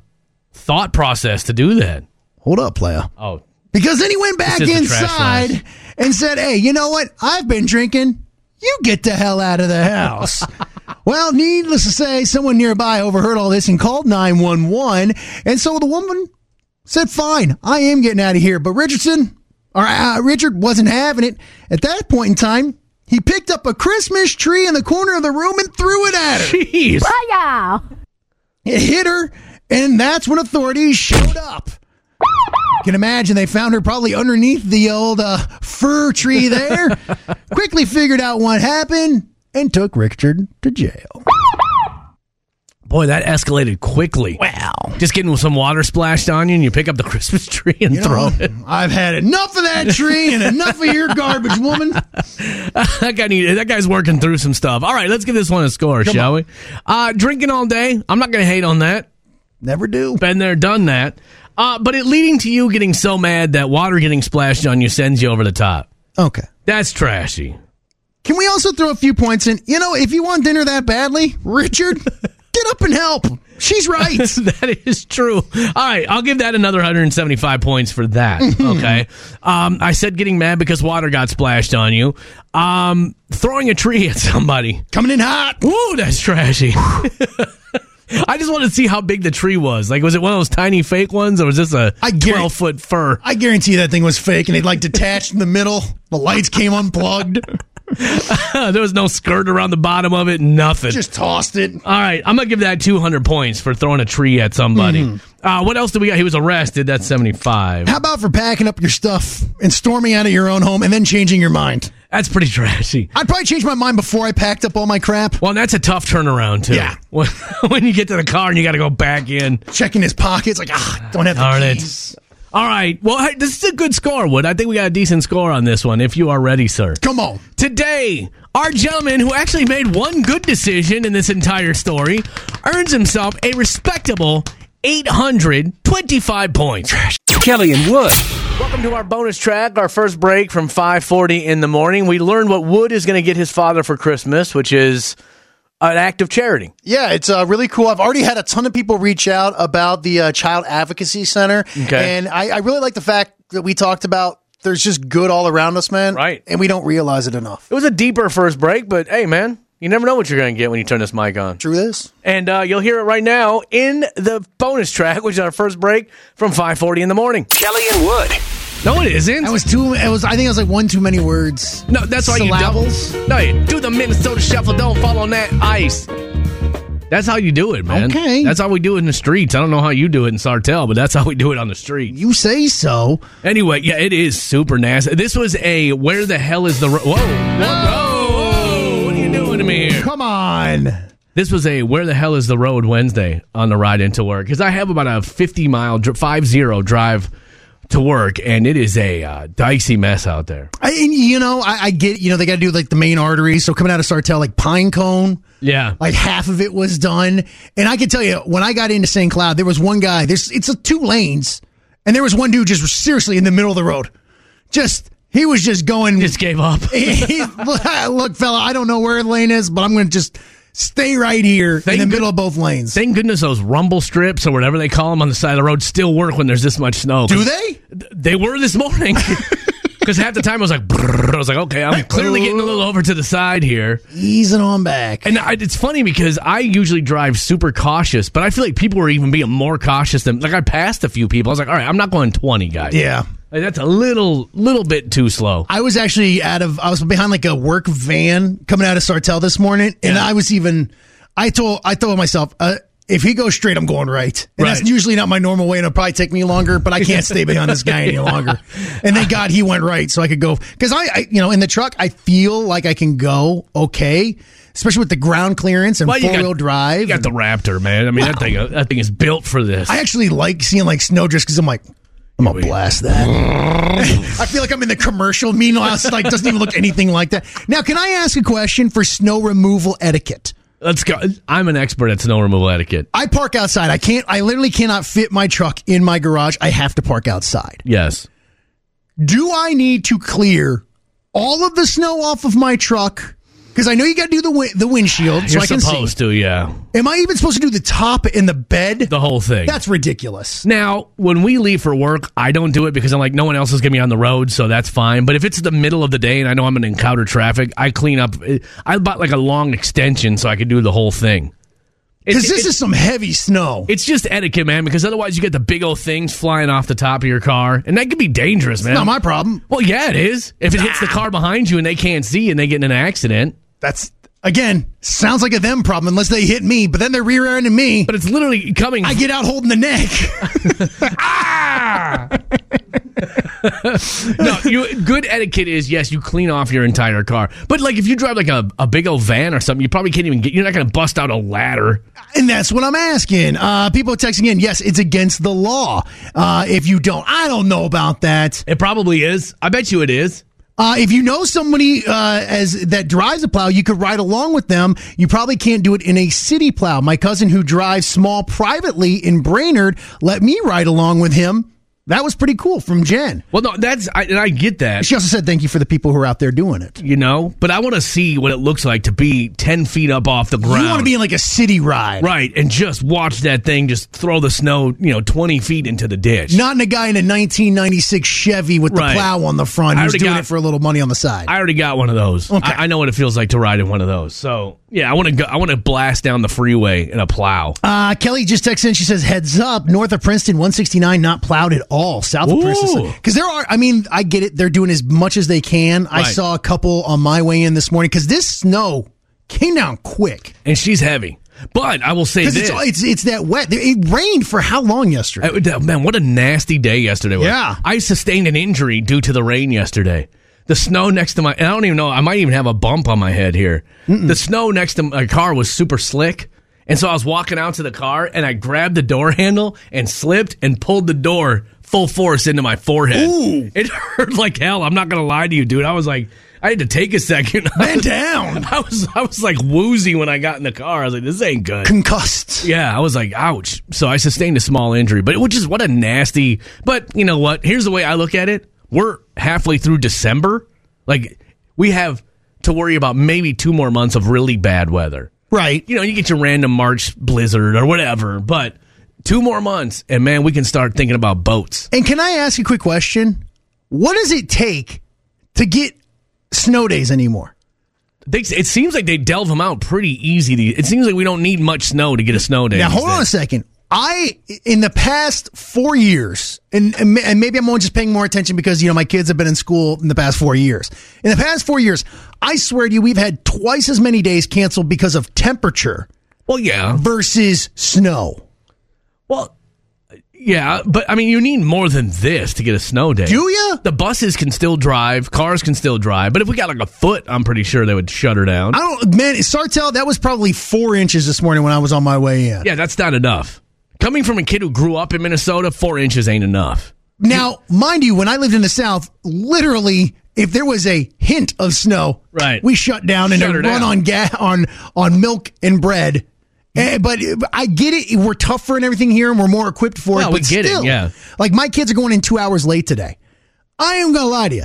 thought process to do that.
Hold up, player.
Oh,
Because then he went back
This is the trash
inside
lounge.
and said, Hey, you know what? I've been drinking. You get the hell out of the house. well, needless to say, someone nearby overheard all this and called 911. And so the woman said, Fine, I am getting out of here. But Richardson, or uh, Richard, wasn't having it. At that point in time, he picked up a Christmas tree in the corner of the room and threw it at her.
jeez.
It hit her, and that's when authorities showed up. You can imagine they found her probably underneath the old uh, fir tree there. Quickly figured out what happened and took Richard to jail.
Boy, that escalated quickly. Wow. Just getting some water splashed on you and you pick up the Christmas tree and
You
throw
know,
it.
I've had enough of that tree and enough of your garbage, woman.
that guy needed, that guy's working through some stuff. All right, let's give this one a score, shall we? Uh, drinking all day. I'm not going to hate on that.
Never do.
Been there, done that. Uh, but it leading to you getting so mad that water getting splashed on you sends you over the top.
Okay.
That's trashy.
Can we also throw a few points in? You know, if you want dinner that badly, Richard, get up and help. She's right.
that is true. All right, I'll give that another 175 points for that. Okay. Um, I said getting mad because water got splashed on you. Um, throwing a tree at somebody.
Coming in hot.
Woo, that's trashy. I just wanted to see how big the tree was. Like, was it one of those tiny fake ones, or was this a
I guarantee-
twelve foot fir?
I guarantee that thing was fake and it like detached in the middle. The lights came unplugged.
there was no skirt around the bottom of it. Nothing.
Just tossed it.
All right, I'm gonna give that 200 points for throwing a tree at somebody. Uh, what else do we got? He was arrested. That's 75.
How about for packing up your stuff and storming out of your own home and then changing your mind?
That's pretty trashy.
I'd probably change my mind before I packed up all my crap.
Well, and that's a tough turnaround too.
Yeah.
When, when you get to the car and you got to go back in.
Checking his pockets, like ah, don't have the
Darn it.
keys.
All right. Well, hey, this is a good score, Wood. I think we got a decent score on this one. If you are ready, sir.
Come on,
Today, our gentleman who actually made one good decision in this entire story earns himself a respectable 825 points.
Kelly and Wood.
Welcome to our bonus track, our first break from 5:40 in the morning. We learned what Wood is going to get his father for Christmas, which is an act of charity.
yeah, it's uh, really cool. I've already had a ton of people reach out about the uh, Child Advocacy Center,
Okay.
and I, I really like the fact that we talked about. There's just good all around us, man.
Right.
and we don't realize it enough.
It was a deeper first break, but hey, man, you never know what you're going to get when you turn this mic on.
True this.
And uh, you'll hear it right now in the bonus track, which is our first break from 5:40 in the morning.
Kelly and Wood.
No, it isn't.
That was too. It was. I think it was like one too many words.
no, that's why you double.
Syllables.
No, you do the Minnesota shuffle. Don't fall on that ice. That's how you do it, man.
Okay.
That's how we do it in the streets. I don't know how you do it in Sartell, but that's how we do it on the street.
You say so.
Anyway, yeah, it is super nasty. This was a where the hell is the ro- whoa, whoa, whoa, what are you doing to me here?
Come on.
This was a where the hell is the road Wednesday on the ride into work because I have about a fifty mile dr- five zero drive to work, and it is a uh, dicey mess out there.
I, and you know, I, I get. You know, they got to do like the main arteries. So coming out of Sartell, like Pine Cone,
Yeah,
like half of it was done. And I can tell you, when I got into St. Cloud, there was one guy. There's it's a two lanes, and there was one dude just seriously in the middle of the road. Just he was just going.
just gave up.
he- look, fella, I don't know where the lane is, but I'm going to just stay right here
Thank
in the
good-
middle of both lanes.
Thank goodness those rumble strips or whatever they call them on the side of the road still work when there's this much snow.
do they?
They were this morning. Because half the time I was like, brrr, I was like, okay, I'm clearly getting a little over to the side here.
Easing on back.
And I, it's funny because I usually drive super cautious, but I feel like people were even being more cautious than like I passed a few people. I was like, all right, I'm not going 20, guys.
yeah.
Like, that's a little little bit too slow.
I was actually out of I was behind like a work van coming out of Sartell this morning, and I was even I told I told myself uh, if he goes straight, I'm going right. And
Right.
that's usually not my normal way, and it'll probably take me longer, but I can't stay behind this guy any longer. And thank God he went right so I could go. Because I, I, you know, in the truck, I feel like I can go okay, especially with the ground clearance and
Well, you
four
got-
wheel drive.
You got the Raptor, man. I mean, that thing that thing is built for this.
I actually like seeing like snow drifts because I'm like, I'm gonna blast that. I feel like I'm in the commercial. Meanwhile, it's like doesn't even look anything like that. Now, can I ask a question for snow removal etiquette?
Let's go. I'm an expert at snow removal etiquette.
I park outside. I can't. I literally cannot fit my truck in my garage. I have to park outside.
Yes.
Do I need to clear all of the snow off of my truck? Because I know you got to do the win- the windshield, so
You're
I can
supposed to, yeah.
see. Am I even supposed to do the top and the bed?
The whole thing.
That's ridiculous.
Now, when we leave for work, I don't do it because I'm like, no one else is going to be on the road, so that's fine. But if it's the middle of the day and I know I'm going to encounter traffic, I clean up. I bought like a long extension so I could do the whole thing. It-
Because
it-
this is some heavy snow.
It's just etiquette, man, because otherwise you get the big old things flying off the top of your car, and that could be dangerous, man.
Not my problem.
well, yeah, it is. If it hits the car behind you and they can't see and they get in an accident.
That's again sounds like a them problem unless they hit me, but then they're rear-ending me.
But it's literally coming.
I get out holding the neck.
no, you, good etiquette is yes, you clean off your entire car. But like if you drive like a, a big old van or something, you probably can't even get. You're not going to bust out a ladder.
and that's what I'm asking. Uh, people are texting in. Yes, it's against the law uh, if you don't. I don't know about that.
It probably is. I bet you it is.
Uh, if you know somebody uh, as that drives a plow, you could ride along with them. You probably can't do it in a city plow. My cousin who drives small privately in Brainerd let me ride along with him. That was pretty cool from Jen.
Well, no, that's I, and I get that.
She also said thank you for the people who are out there doing it.
You know, but I want to see what it looks like to be ten feet up off the ground.
You want to be in like a city ride.
right and just watch that thing just throw the snow, you know, twenty feet into the ditch.
Not in a guy in a 1996 Chevy with the
Right.
plow on the front
I
who's
already
doing
got-
it for a little money on the side.
I already got one of those.
Okay.
I, I know what it feels like to ride in one of those. So yeah, I want to go. I want to blast down the freeway in a plow.
Uh, Kelly just texts in. She says, "Heads up, north of Princeton, 169 not plowed at all. South of
Ooh.
Princeton, because there are. I mean, I get it. They're doing as much as they can. I
Right.
saw a couple on my way in this morning because this snow came down quick
and she's heavy. But I will say
because
this.
it's, it's it's that wet. It rained for how long yesterday?
Uh, that- man, what a nasty day yesterday was.
Yeah.
I sustained an injury due to the rain yesterday. The snow next to my, and I don't even know, I might even have a bump on my head here. The snow next to my car was super slick. And so I was walking out to the car and I grabbed the door handle and slipped and pulled the door full force into my forehead. Ooh. It hurt like hell. I'm not going to lie to you, dude. I was like, I had to take a second. I
Man
was,
down,
I was, I was like woozy when I got in the car. I was like, this ain't good.
concussed.
Yeah, I was like, ouch. So I sustained a small injury, but which is what a nasty. But you know what? Here's the way I look at it. We're halfway through December. Like we have to worry about maybe two more months of really bad weather.
Right.
You know, you get your random March blizzard or whatever, but two more months and man, we can start thinking about boats.
And can I ask you a quick question? What does it take to get snow days anymore?
They, it seems like they delve them out pretty easy. To, it seems like we don't need much snow to get a snow day.
Now hold on a second. I in the past four years, and and ma- and maybe I'm only just paying more attention because you know my kids have been in school in the past four years. In the past four years, I swear to you, we've had twice as many days canceled because of temperature
Well, yeah.
versus snow.
Well, yeah, but I mean, you need more than this to get a snow day.
Do ya?
The buses can still drive, cars can still drive, but if we got like a foot, I'm pretty sure they would shut her down.
I don't, man. Sartell, that was probably four inches this morning when I was on my way in.
yeah, that's not enough. Coming from a kid who grew up in Minnesota, four inches ain't enough.
Now, mind you, when I lived in the South, literally, if there was a hint of snow,
Right.
we shut down and
Shut her
run
down.
on gas on on milk and bread. Eh, but I get it. We're tougher and everything here, and we're more equipped for
Well,
it.
we
But
get it,
still,
yeah.
like my kids are going in two hours late today. I am gonna lie to you.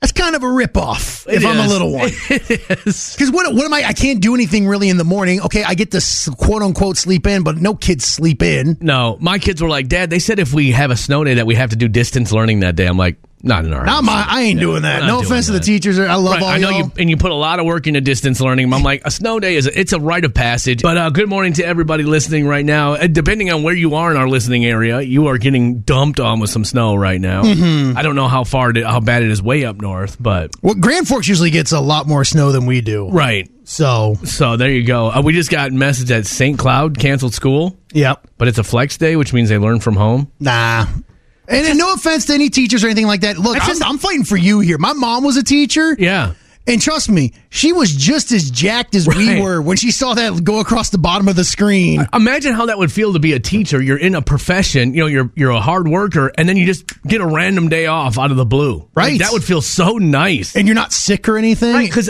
That's kind of a ripoff if
It
I'm a
is.
little one. Because what what am I? I can't do anything really in the morning. Okay, I get to s- quote unquote sleep in, but no kids sleep in.
No, my kids were like, Dad, they said if we have a snow day that we have to do distance learning that day. I'm like, Not in our
Not
house.
my. I ain't doing that.
not
No
doing
offense to the
that.
teachers. I love
Right,
all
I know
y'all.
you, and you put a lot of work into distance learning. I'm like, a snow day is a, it's a rite of passage. But uh, good morning to everybody listening right now. Uh, depending on where you are in our listening area, you are getting dumped on with some snow right now.
Mm-hmm.
I don't know how far it, how bad it is way up north, but
Well, Grand Forks usually gets a lot more snow than we do.
right.
So,
So there you go. Uh, we just got message that St. Cloud canceled school,
yep.
but it's a flex day, which means they learn from home.
Nah. And, and no offense to any teachers or anything like that. Look, I'm, I'm fighting for you here. My mom was a teacher.
Yeah.
And trust me, she was just as jacked as we
Right.
were when she saw that go across the bottom of the screen.
Imagine how that would feel to be a teacher. You're in a profession, you know, you're you're a hard worker, and then you just get a random day off out of the blue. Like,
Right.
that would feel so nice.
and you're not sick or anything.
Because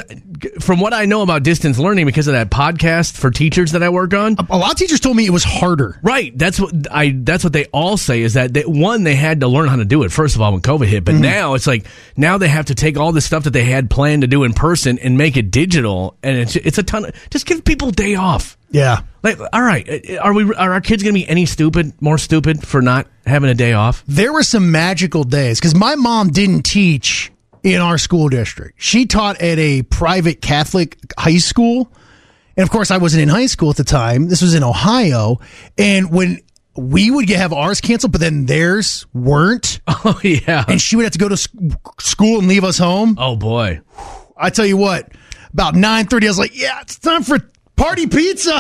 from what I know about distance learning, because of that podcast for teachers that I work on,
a lot of teachers told me it was harder.
right? That's what I. That's what they all say is that they, one they had to learn how to do it first of all when COVID hit,
Mm-hmm.
but now it's like now they have to take all the stuff that they had planned to do in person and make it digital, and it's it's a ton. Of, just give people day off.
Yeah.
Like, all right, uh, are we? Are our kids going to be any stupid, more stupid for not having a day off?
There were some magical days because my mom didn't teach in our school district. She taught at a private Catholic high school. And of course, I wasn't in high school at the time. This was in Ohio. And when we would get, have ours canceled, but then theirs weren't,
Oh yeah.
and she would have to go to sc- school and leave us home.
Oh boy.
I tell you what, about 9.30, I was like, yeah, it's time for party pizza.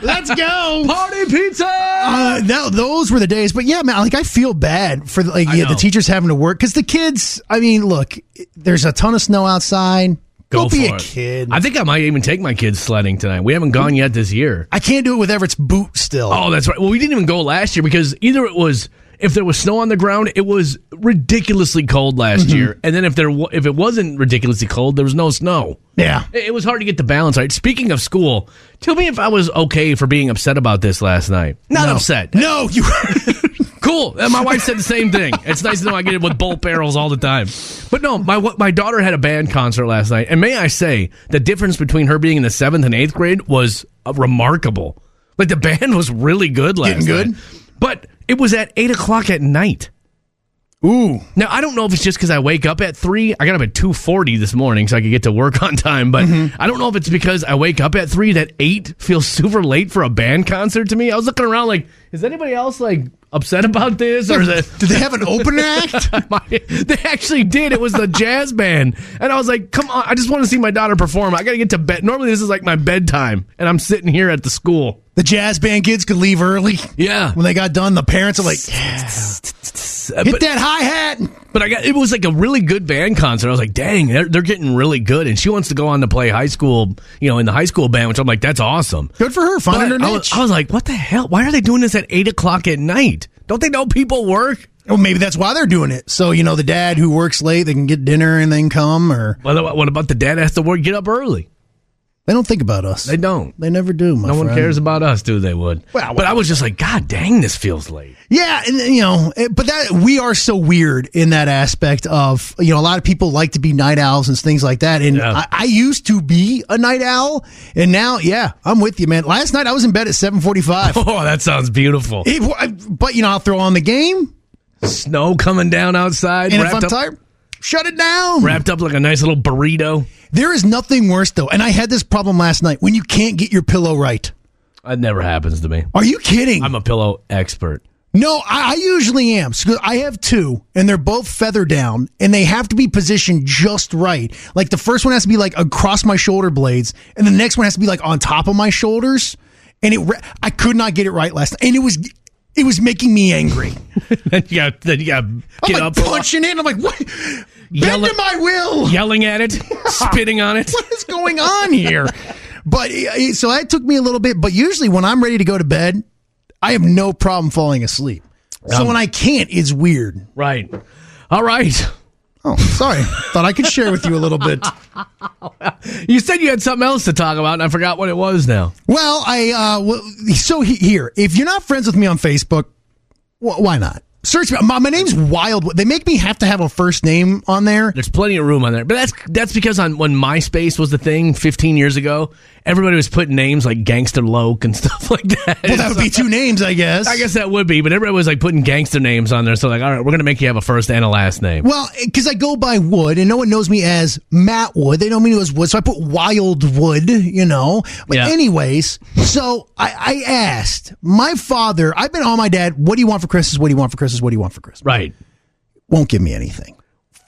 Let's go.
Party pizza.
Uh, that, those were the days, but yeah, man. Like I feel bad for like yeah, the
know.
teachers having to work because the kids. I mean, look, there's a ton of snow outside. Go, be a kid.
I
I,
think I might even take my kids sledding tonight. We haven't gone yet this year.
can't do it with Everett's boot still.
Oh, that's right. Well, we didn't even go last year because either it was if there was snow on the ground, it was ridiculously cold last year, and then if there wa- if it wasn't ridiculously cold, there was no snow.
yeah.
It it was hard to get the balance right. Speaking of school, tell me if I was okay for being upset about this last night. Not
No.
upset.
No, you.
Cool. And my wife said the same thing. It's nice to know I get it with both barrels all the time. But no, my my daughter had a band concert last night, and may I say, the difference between her being in the seventh and eighth grade was uh, remarkable. Like the band was really good last
Getting good?
night. but it was at eight o'clock at night.
Ooh,
Now I don't know if it's just because I wake up at three. I got up at two forty this morning so I could get to work on time. But
Mm-hmm.
I don't know if it's because I wake up at three that eight feels super late for a band concert to me. I was looking around like, is anybody else like upset about this or is it?
did they have an opener act?
My, they actually did. It was the jazz band, and I was like, "Come on! I just want to see my daughter perform. I got to get to bed. Normally, this is like my bedtime, and I'm sitting here at the school.
The jazz band kids could leave early.
Yeah,
When they got done, the parents are like, yeah, hit
uh, but,
that hi hat.
but I got it was like a really good band concert. I was like, "Dang, they're, they're getting really good." And she wants to go on to play high school, you know, in the high school band, which I'm like, "That's awesome."
Good for her
But
finding her
I, was,
niche.
I was like, "What the hell? Why are they doing this at eight o'clock at night? Don't they know people work?"
well, maybe that's why they're doing it. So you know, the dad who works late, they can get dinner and then come, or
Well, what about the dad that has to work? Get up early.
they don't think about us.
They don't.
They never do. My
No one
friend.
cares about us, do they? Would.
Well,
but I was just like, God dang, this feels late.
Yeah, and you know, it- but that we are so weird in that aspect of you know a lot of people like to be night owls and things like that, and
Yeah.
I, I used to be a night owl, and now yeah, I'm with you, man. Last night I was in bed at seven forty-five,
Oh, that sounds beautiful.
but you know I'll throw on the game,
Snow coming down outside,
and if I'm
wrapped up,
tired, shut it down.
wrapped up like a nice little burrito.
There is nothing worse though, and I had this problem last night when you can't get your pillow right.
That never happens to me.
Are you kidding?
I'm a pillow expert.
No, I, I usually am. So I have two, and they're both feather down, and they have to be positioned just right. Like the first one has to be like across my shoulder blades, and the next one has to be like on top of my shoulders. And it, re- I could not get it right last night, and it was, it was making me angry.
then you got then you got
I'm
get
like
up,
punching in. I'm like, what? Bend
Yell
to
at-
my will.
yelling at it, spitting on it.
what is going on here? But eh, so that took me a little bit. But usually when I'm ready to go to bed, I have no problem falling asleep.
Um,
So when I can't, it's weird.
Right. All right.
Oh, sorry. Thought I could share with you a little bit.
You said you had something else to talk about, and I forgot what it was. Now
Well, I uh, well, so he, here, if you're not friends with me on Facebook, wh- why not? Search me. My, my name's Wild. They make me have to have a first name on there.
There's plenty of room on there, but that's that's because on when MySpace was the thing 15 years ago, everybody was putting names like Gangster Loke and stuff like that.
Well, that would be two names, I guess.
I guess that would be, but everybody was like putting gangster names on there. So like, all right, we're gonna make you have a first and a last name.
Well, because I go by Wood, and no one knows me as Matt Wood. They know me as Wood, so I put Wild Wood, you know. But
Yeah.
anyways, so I, I asked my father. I've been on my dad. What do you want for Christmas? What do you want for Christmas? What do you want for Christmas?
Right.
Won't give me anything.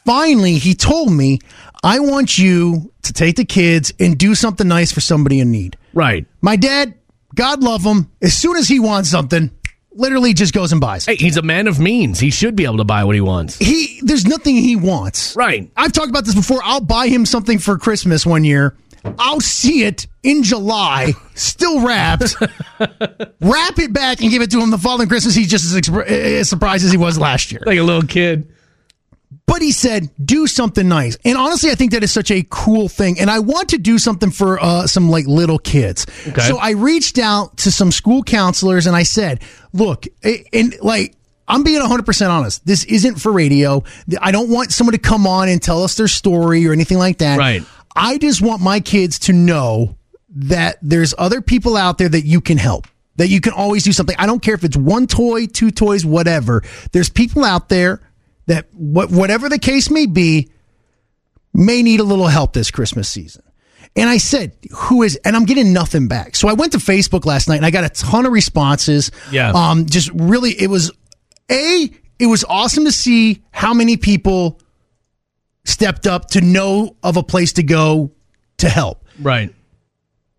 Finally, he told me, "I want you to take the kids and do something nice for somebody in need."
Right.
My dad, God love him. As soon as he wants something, literally just goes and buys.
Hey, he's a man of means. He should be able to buy what he wants.
He there's nothing he wants.
Right.
I've talked about this before. I'll buy him something for Christmas one year. I'll see it in July, still wrapped, wrap it back and give it to him the following Christmas. He's just as, expr- as surprised as he was last year.
Like a little kid.
But he said, do something nice. And honestly, I think that is such a cool thing. And I want to do something for uh, some like little kids.
Okay.
So I reached out to some school counselors and I said, look, a- and like, I'm being 100% honest. This isn't for radio. I don't want someone to come on and tell us their story or anything like that.
Right.
I just want my kids to know that there's other people out there that you can help, that you can always do something. I don't care if it's one toy, two toys, whatever. There's people out there that, wh- whatever the case may be, may need a little help this Christmas season. And I said, who is, and I'm getting nothing back. So I went to Facebook last night and I got a ton of responses.
Yeah.
Um, just really, it was a, it was awesome to see how many people stepped up to know of a place to go to help.
Right.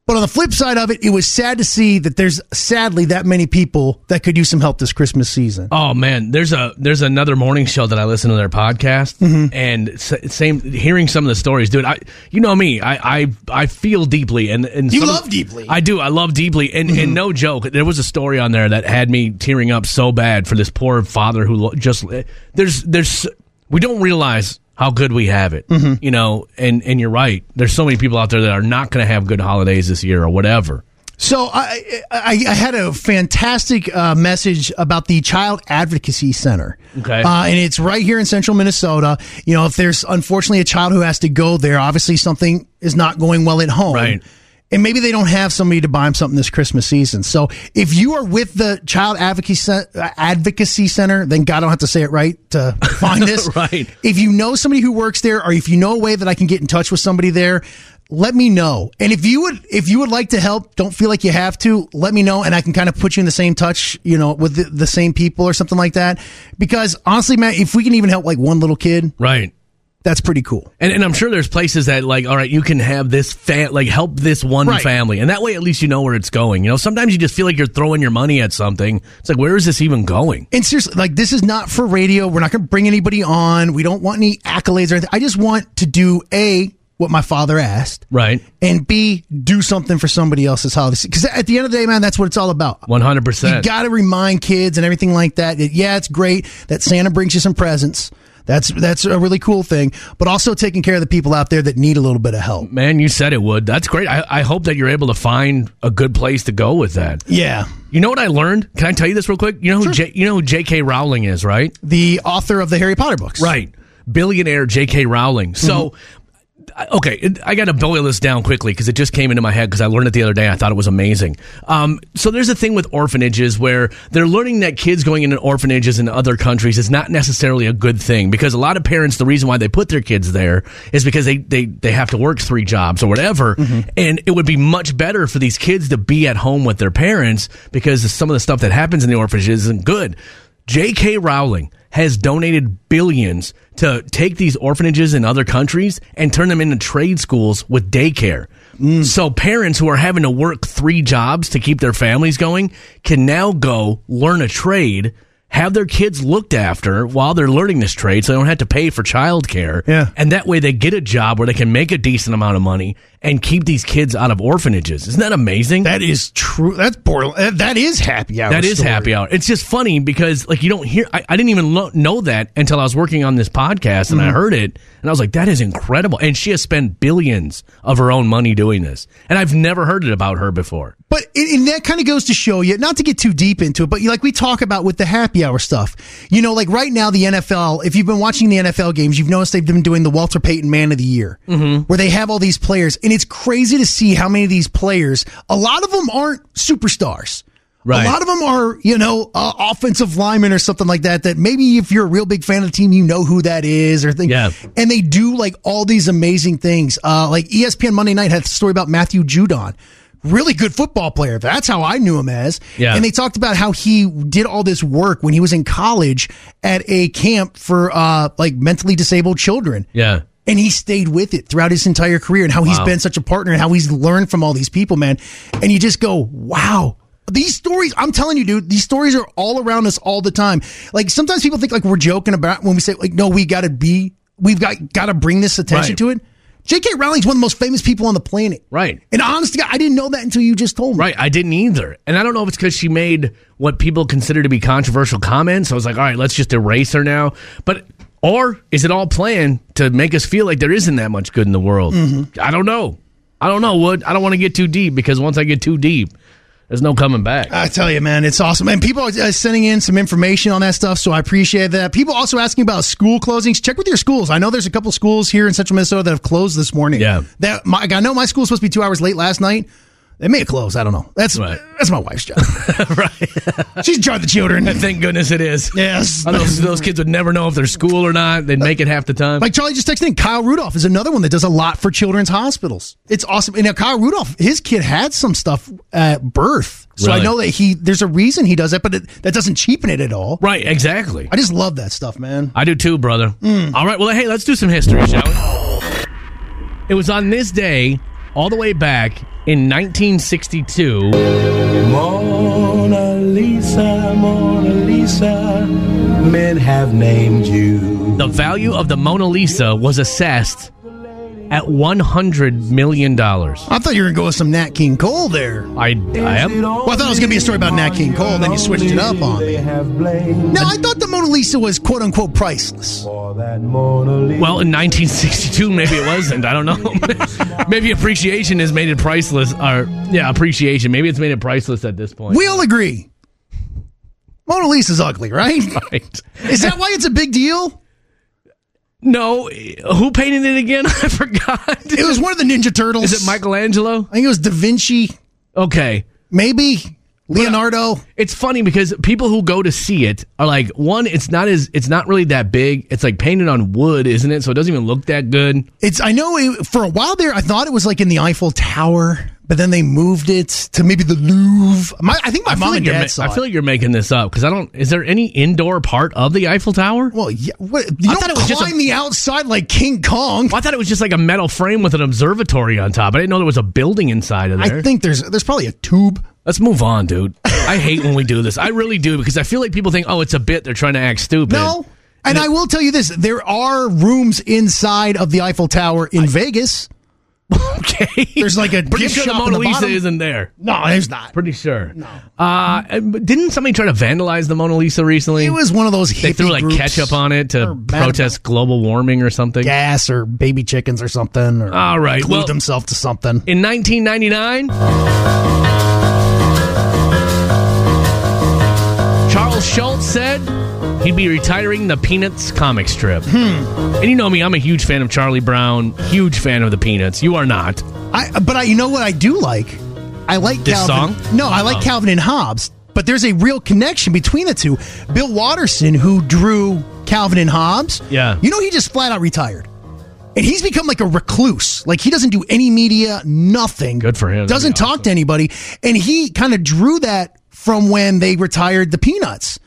But on the flip side of it, it was sad to see that there's sadly that many people that could use some help this Christmas season.
Oh man, there's a there's another morning show that I listen to their podcast, and s- same hearing some of the stories, dude. I you know me, I I, I feel deeply, and and
You
some of-
love deeply. Mm-hmm.
I do, I love deeply, and and no joke, there was a story on there that had me tearing up so bad for this poor father who lo- just eh, there's there's we don't realize how good we have it, you know, and and you're right. There's so many people out there that are not going to have good holidays this year or whatever.
So I, I, I had a fantastic uh, message about the Child Advocacy Center.
Okay.
Uh, and it's right here in central Minnesota. You know, if there's unfortunately a child who has to go there, obviously something is not going well at home.
Right.
And maybe they don't have somebody to buy them something this Christmas season. So if you are with the Child Advocacy Cen- uh, Advocacy Center, then God, I don't have to say it right to find this.
Right.
If you know somebody who works there, or if you know a way that I can get in touch with somebody there, let me know. And if you would, if you would like to help, don't feel like you have to. Let me know, and I can kind of put you in the same touch, you know, with the, the same people or something like that. Because honestly, man, if we can even help like one little kid,
Right.
that's pretty cool.
And, and I'm sure there's places that like, all right, you can have this fa- like help this one
Right.
family, and that way at least you know where it's going. You know, sometimes you just feel like you're throwing your money at something. It's like, where is this even going?
And seriously, like this is not for radio. We're not going to bring anybody on. We don't want any accolades or anything. I just want to do a what my father asked,
Right,
and b do something for somebody else's holiday. Because at the end of the day, man, that's what it's all about.
one hundred
You
percent.
got to remind kids and everything like that. that, yeah, it's great that Santa brings you some presents. That's that's a really cool thing, but also taking care of the people out there that need a little bit of help.
Man, you said it would. That's great. I, I hope that you're able to find a good place to go with that.
Yeah,
You know what I learned? Can I tell you this real quick? You know who J, you know who J.K. Rowling is, right?
the author of the Harry Potter books,
Right. Billionaire J.K. Rowling. So, I- okay, it- I got to boil this down quickly because it just came into my head because I learned it the other day. I thought it was amazing. Um, so, there's a thing with orphanages where they're learning that kids going into orphanages in other countries is not necessarily a good thing because a lot of parents, the reason why they put their kids there is because they, they, they have to work three jobs or whatever. And it would be much better for these kids to be at home with their parents because some of the stuff that happens in the orphanages isn't good. J.K. Rowling has donated billions to take these orphanages in other countries and turn them into trade schools with daycare.
Mm.
So parents who are having to work three jobs to keep their families going can now go learn a trade, have their kids looked after while they're learning this trade so they don't have to pay for childcare.
Yeah.
And that way they get a job where they can make a decent amount of money and keep these kids out of orphanages. Isn't that amazing?
That is true. That's border. that- That is happy hour.
That is happy hour. It's just funny because like you don't hear. I, I didn't even lo- know that until I was working on this podcast and I heard it. And I was like, that is incredible. And she has spent billions of her own money doing this. And I've never heard it about her before.
But it, and that kind of goes to show you, not to get too deep into it, but you- like we talk about with the happy hour stuff, you know, like right now the NFL. If you've been watching the NFL games, you've noticed they've been doing the Walter Payton Man of the Year,
Mm-hmm.
where they have all these players, and it's crazy to see how many of these players. A lot of them aren't superstars.
Right.
A lot of them are, you know, uh, offensive linemen or something like that. That maybe if you're a real big fan of the team, you know who that is or things.
Yeah.
And they do like all these amazing things. Uh, like ESPN Monday Night had a story about Matthew Judon. Really good football player. That's how I knew him as.
Yeah.
And they talked about how he did all this work when he was in college at a camp for uh, like mentally disabled children.
Yeah.
And he stayed with it throughout his entire career and how he's been such a partner and how he's learned from all these people, man. And you just go, wow. These stories, I'm telling you, dude, these stories are all around us all the time. Like sometimes people think like we're joking about when we say like, no, we gotta be, we've got gotta bring this attention
Right.
to it. J.K. Rowling's one of the most famous people on the planet.
Right.
And honest to God, I didn't know that until you just told me.
Right, I didn't either. And I don't know if it's because she made what people consider to be controversial comments. I was like, all right, let's just erase her now. But or is it all planned to make us feel like there isn't that much good in the world? I don't know. I don't know, Wood. I don't want to get too deep because once I get too deep, there's no coming back.
I tell you, man, it's awesome. And people are uh, sending in some information on that stuff, so I appreciate that. People also asking about school closings. Check with your schools. I know there's a couple schools here in Central Minnesota that have closed this morning.
Yeah.
that my, I know my school's supposed to be two hours late last night. They may have closed. I don't know. That's
Right.
that's my wife's job. right. She's in charge of the children.
Thank goodness it is.
Yes.
I know those, those kids would never know if they're school or not. They'd make it half the time.
Like Charlie just texted in, Kyle Rudolph is another one that does a lot for children's hospitals. It's awesome. And now Kyle Rudolph, his kid had some stuff at birth. So I
Really?
know that he, there's a reason he does that, but it, that doesn't cheapen it at all.
right, exactly.
I Hmm. just love that stuff, man.
I do too, brother. All right, well, hey, let's do some history, shall we? It was on this day, all the way back in 1962.
Mona Lisa, Mona Lisa, men have named you.
The value of the Mona Lisa was assessed at $100 million. I,
I thought you were gonna go with some Nat King Cole there.
I am.
Well, I thought it was gonna be a story about Nat King Cole, then you switched it up on me. No, I thought the Mona Lisa was quote unquote priceless.
Well, in 1962, maybe it wasn't. I don't know. maybe appreciation has made it priceless. Or, yeah, appreciation. Maybe it's made it priceless at this point.
We all agree. Mona Lisa's ugly, right?
Right.
Is that why it's a big deal?
No, who painted it again? I forgot.
It was one of the Ninja Turtles.
Is it Michelangelo?
I think it was Da Vinci,
Okay.
maybe Leonardo.
it's funny because people who go to see it are like, one, it's not as it's not really that big. It's like painted on wood, isn't it? So it doesn't even look that good.
It's I know it, for a while there, I thought it was like in the Eiffel Tower, but then they moved it to maybe the Louvre. My, I think my
I feel
mom
like
and
you're
dad
ma-
saw
I feel
it.
like you're making this up because I don't. Is there any indoor part of the Eiffel Tower?
Well, yeah. What, you
I
don't
thought it was just a-
climb the outside like King Kong.
Well, I thought it was just like a metal frame with an observatory on top. I didn't know there was a building inside of there.
I think there's there's probably a tube.
Let's move on, dude. I hate when we do this. I really do because I feel like people think, oh, it's a bit. They're trying to act stupid.
No. And I will tell you this: there are rooms inside of the Eiffel Tower in Vegas.
okay.
There's like a
Pretty
gift
sure the
shop in
Mona
the
Lisa
bottom.
isn't there.
No, there's not.
Pretty sure. No. Uh, and- but didn't somebody try to vandalize the Mona Lisa recently?
It was one of those hippie
they threw like
groups,
ketchup on it
They're
to
mad
protest global warming or something.
gas or baby chickens or something. Or
All right,
glued
well-
themselves to something.
In 1999, Charles Schultz said he'd be retiring the Peanuts comic strip. Hmm. And you know me, I'm a huge fan of Charlie Brown, huge fan of the Peanuts. You are not.
I, but I, you know what I do like? I like
This
Calvin.
song?
No, I like
Oh.
Calvin and Hobbes. But there's a real connection between the two. Bill Watterson, who drew Calvin and Hobbes,
Yeah.
you know he just flat out retired, and he's become like a recluse. Like he doesn't do any media, nothing.
Good for him. That'd
Doesn't
be
talk to anybody, and he kind of drew that from when they retired the Peanuts.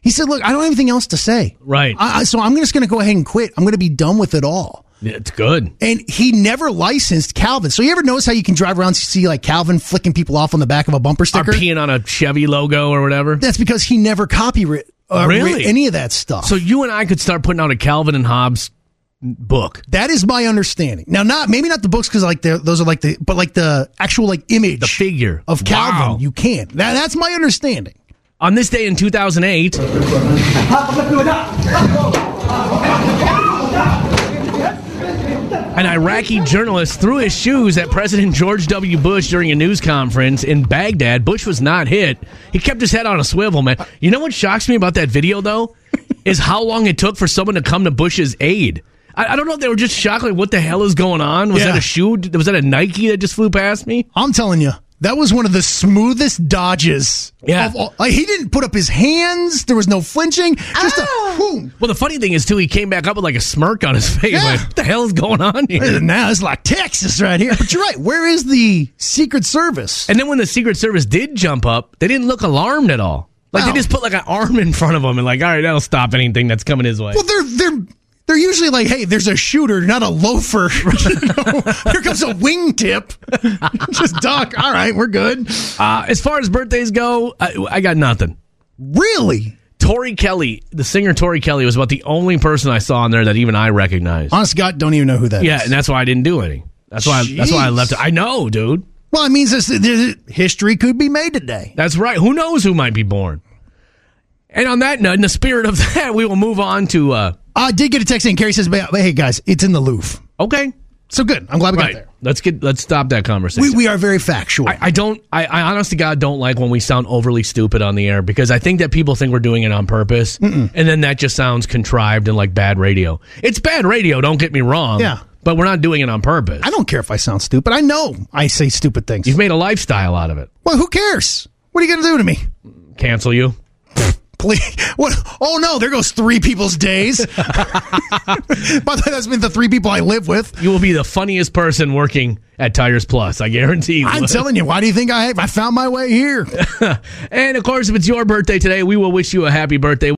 He said, "Look, I don't have anything else to say.
Right.
I, I- so I'm just going to go ahead and quit. I'm going to be done with it all."
It's good.
and he never licensed Calvin. So you ever notice how you can drive around and see like Calvin flicking people off on the back of a bumper
Are
sticker?
peeing on a Chevy logo or whatever.
That's because he never copyrighted uh,
Really?
writ any of that stuff.
So you and I could start putting out a Calvin and Hobbes book.
that is my understanding. Now, not maybe not the books because like they're- those are like the but like the actual like image
The figure
of Calvin.
Wow.
You can't. That, that's my understanding.
On this day in 2008, An Iraqi journalist threw his shoes at President George W. Bush during a news conference in Baghdad. Bush was not hit. He kept his head on a swivel, man. You know what shocks me about that video, though? Is how long it took for someone to come to Bush's aid. I, I don't know if they were just shocked, like, what the hell is going on? Was
Yeah.
that a shoe? Was that a Nike that just flew past me?
I'm telling you, that was one of the smoothest dodges.
Yeah.
of all- like, he didn't put up his hands. There was no flinching. Just a boom.
Well, the funny thing is, too, he came back up with like a smirk on his face.
Yeah.
Like, what the hell is going on here?
Now it's like Texas right here. But you're right. Where is the Secret Service?
And then when the Secret Service did jump up, they didn't look alarmed at all. Like
No.
they just put like an arm in front of him and like, all right, that'll stop anything that's coming his way.
Well, they're they're they're usually like, hey, there's a shooter, not a loafer. You know? Here comes a wingtip. Just duck. All right, we're good.
Uh, as far as birthdays go, I, I got nothing.
Really?
Tori Kelly, the singer Tori Kelly, was about the only person I saw on there that even I recognized.
Honest to God, don't even know who that is.
yeah, and that's why I didn't do any. That's why. That's why I
Jeez.
left. It. I know, dude.
well, it means this, this- history could be made today.
That's right. Who knows who might be born? And on that note, in the spirit of that, we will move on to. Uh,
I did get a text in. Carrie says, "But hey, guys, it's in the Louvre.
okay,
So good. I'm glad we got
right.
there.
Let's get. Let's stop that conversation.
We, we are very factual.
I, I don't. I, I honest to God don't like when we sound overly stupid on the air because I think that people think we're doing it on purpose, and then that just sounds contrived and like bad radio. It's bad radio. Don't get me wrong.
Yeah.
but we're not doing it on purpose.
I don't care if I sound stupid. I know I say stupid things.
You've made a lifestyle out of it.
well, who cares? What are you going to do to me?
Cancel you.
Please. What? Oh no, there goes three people's days. By the way, that's been the three people I live with.
You will be the funniest person working at Tires Plus. I guarantee you.
I'm telling you, why do you think I I found my way here?
and of course, if it's your birthday today, we will wish you a happy birthday.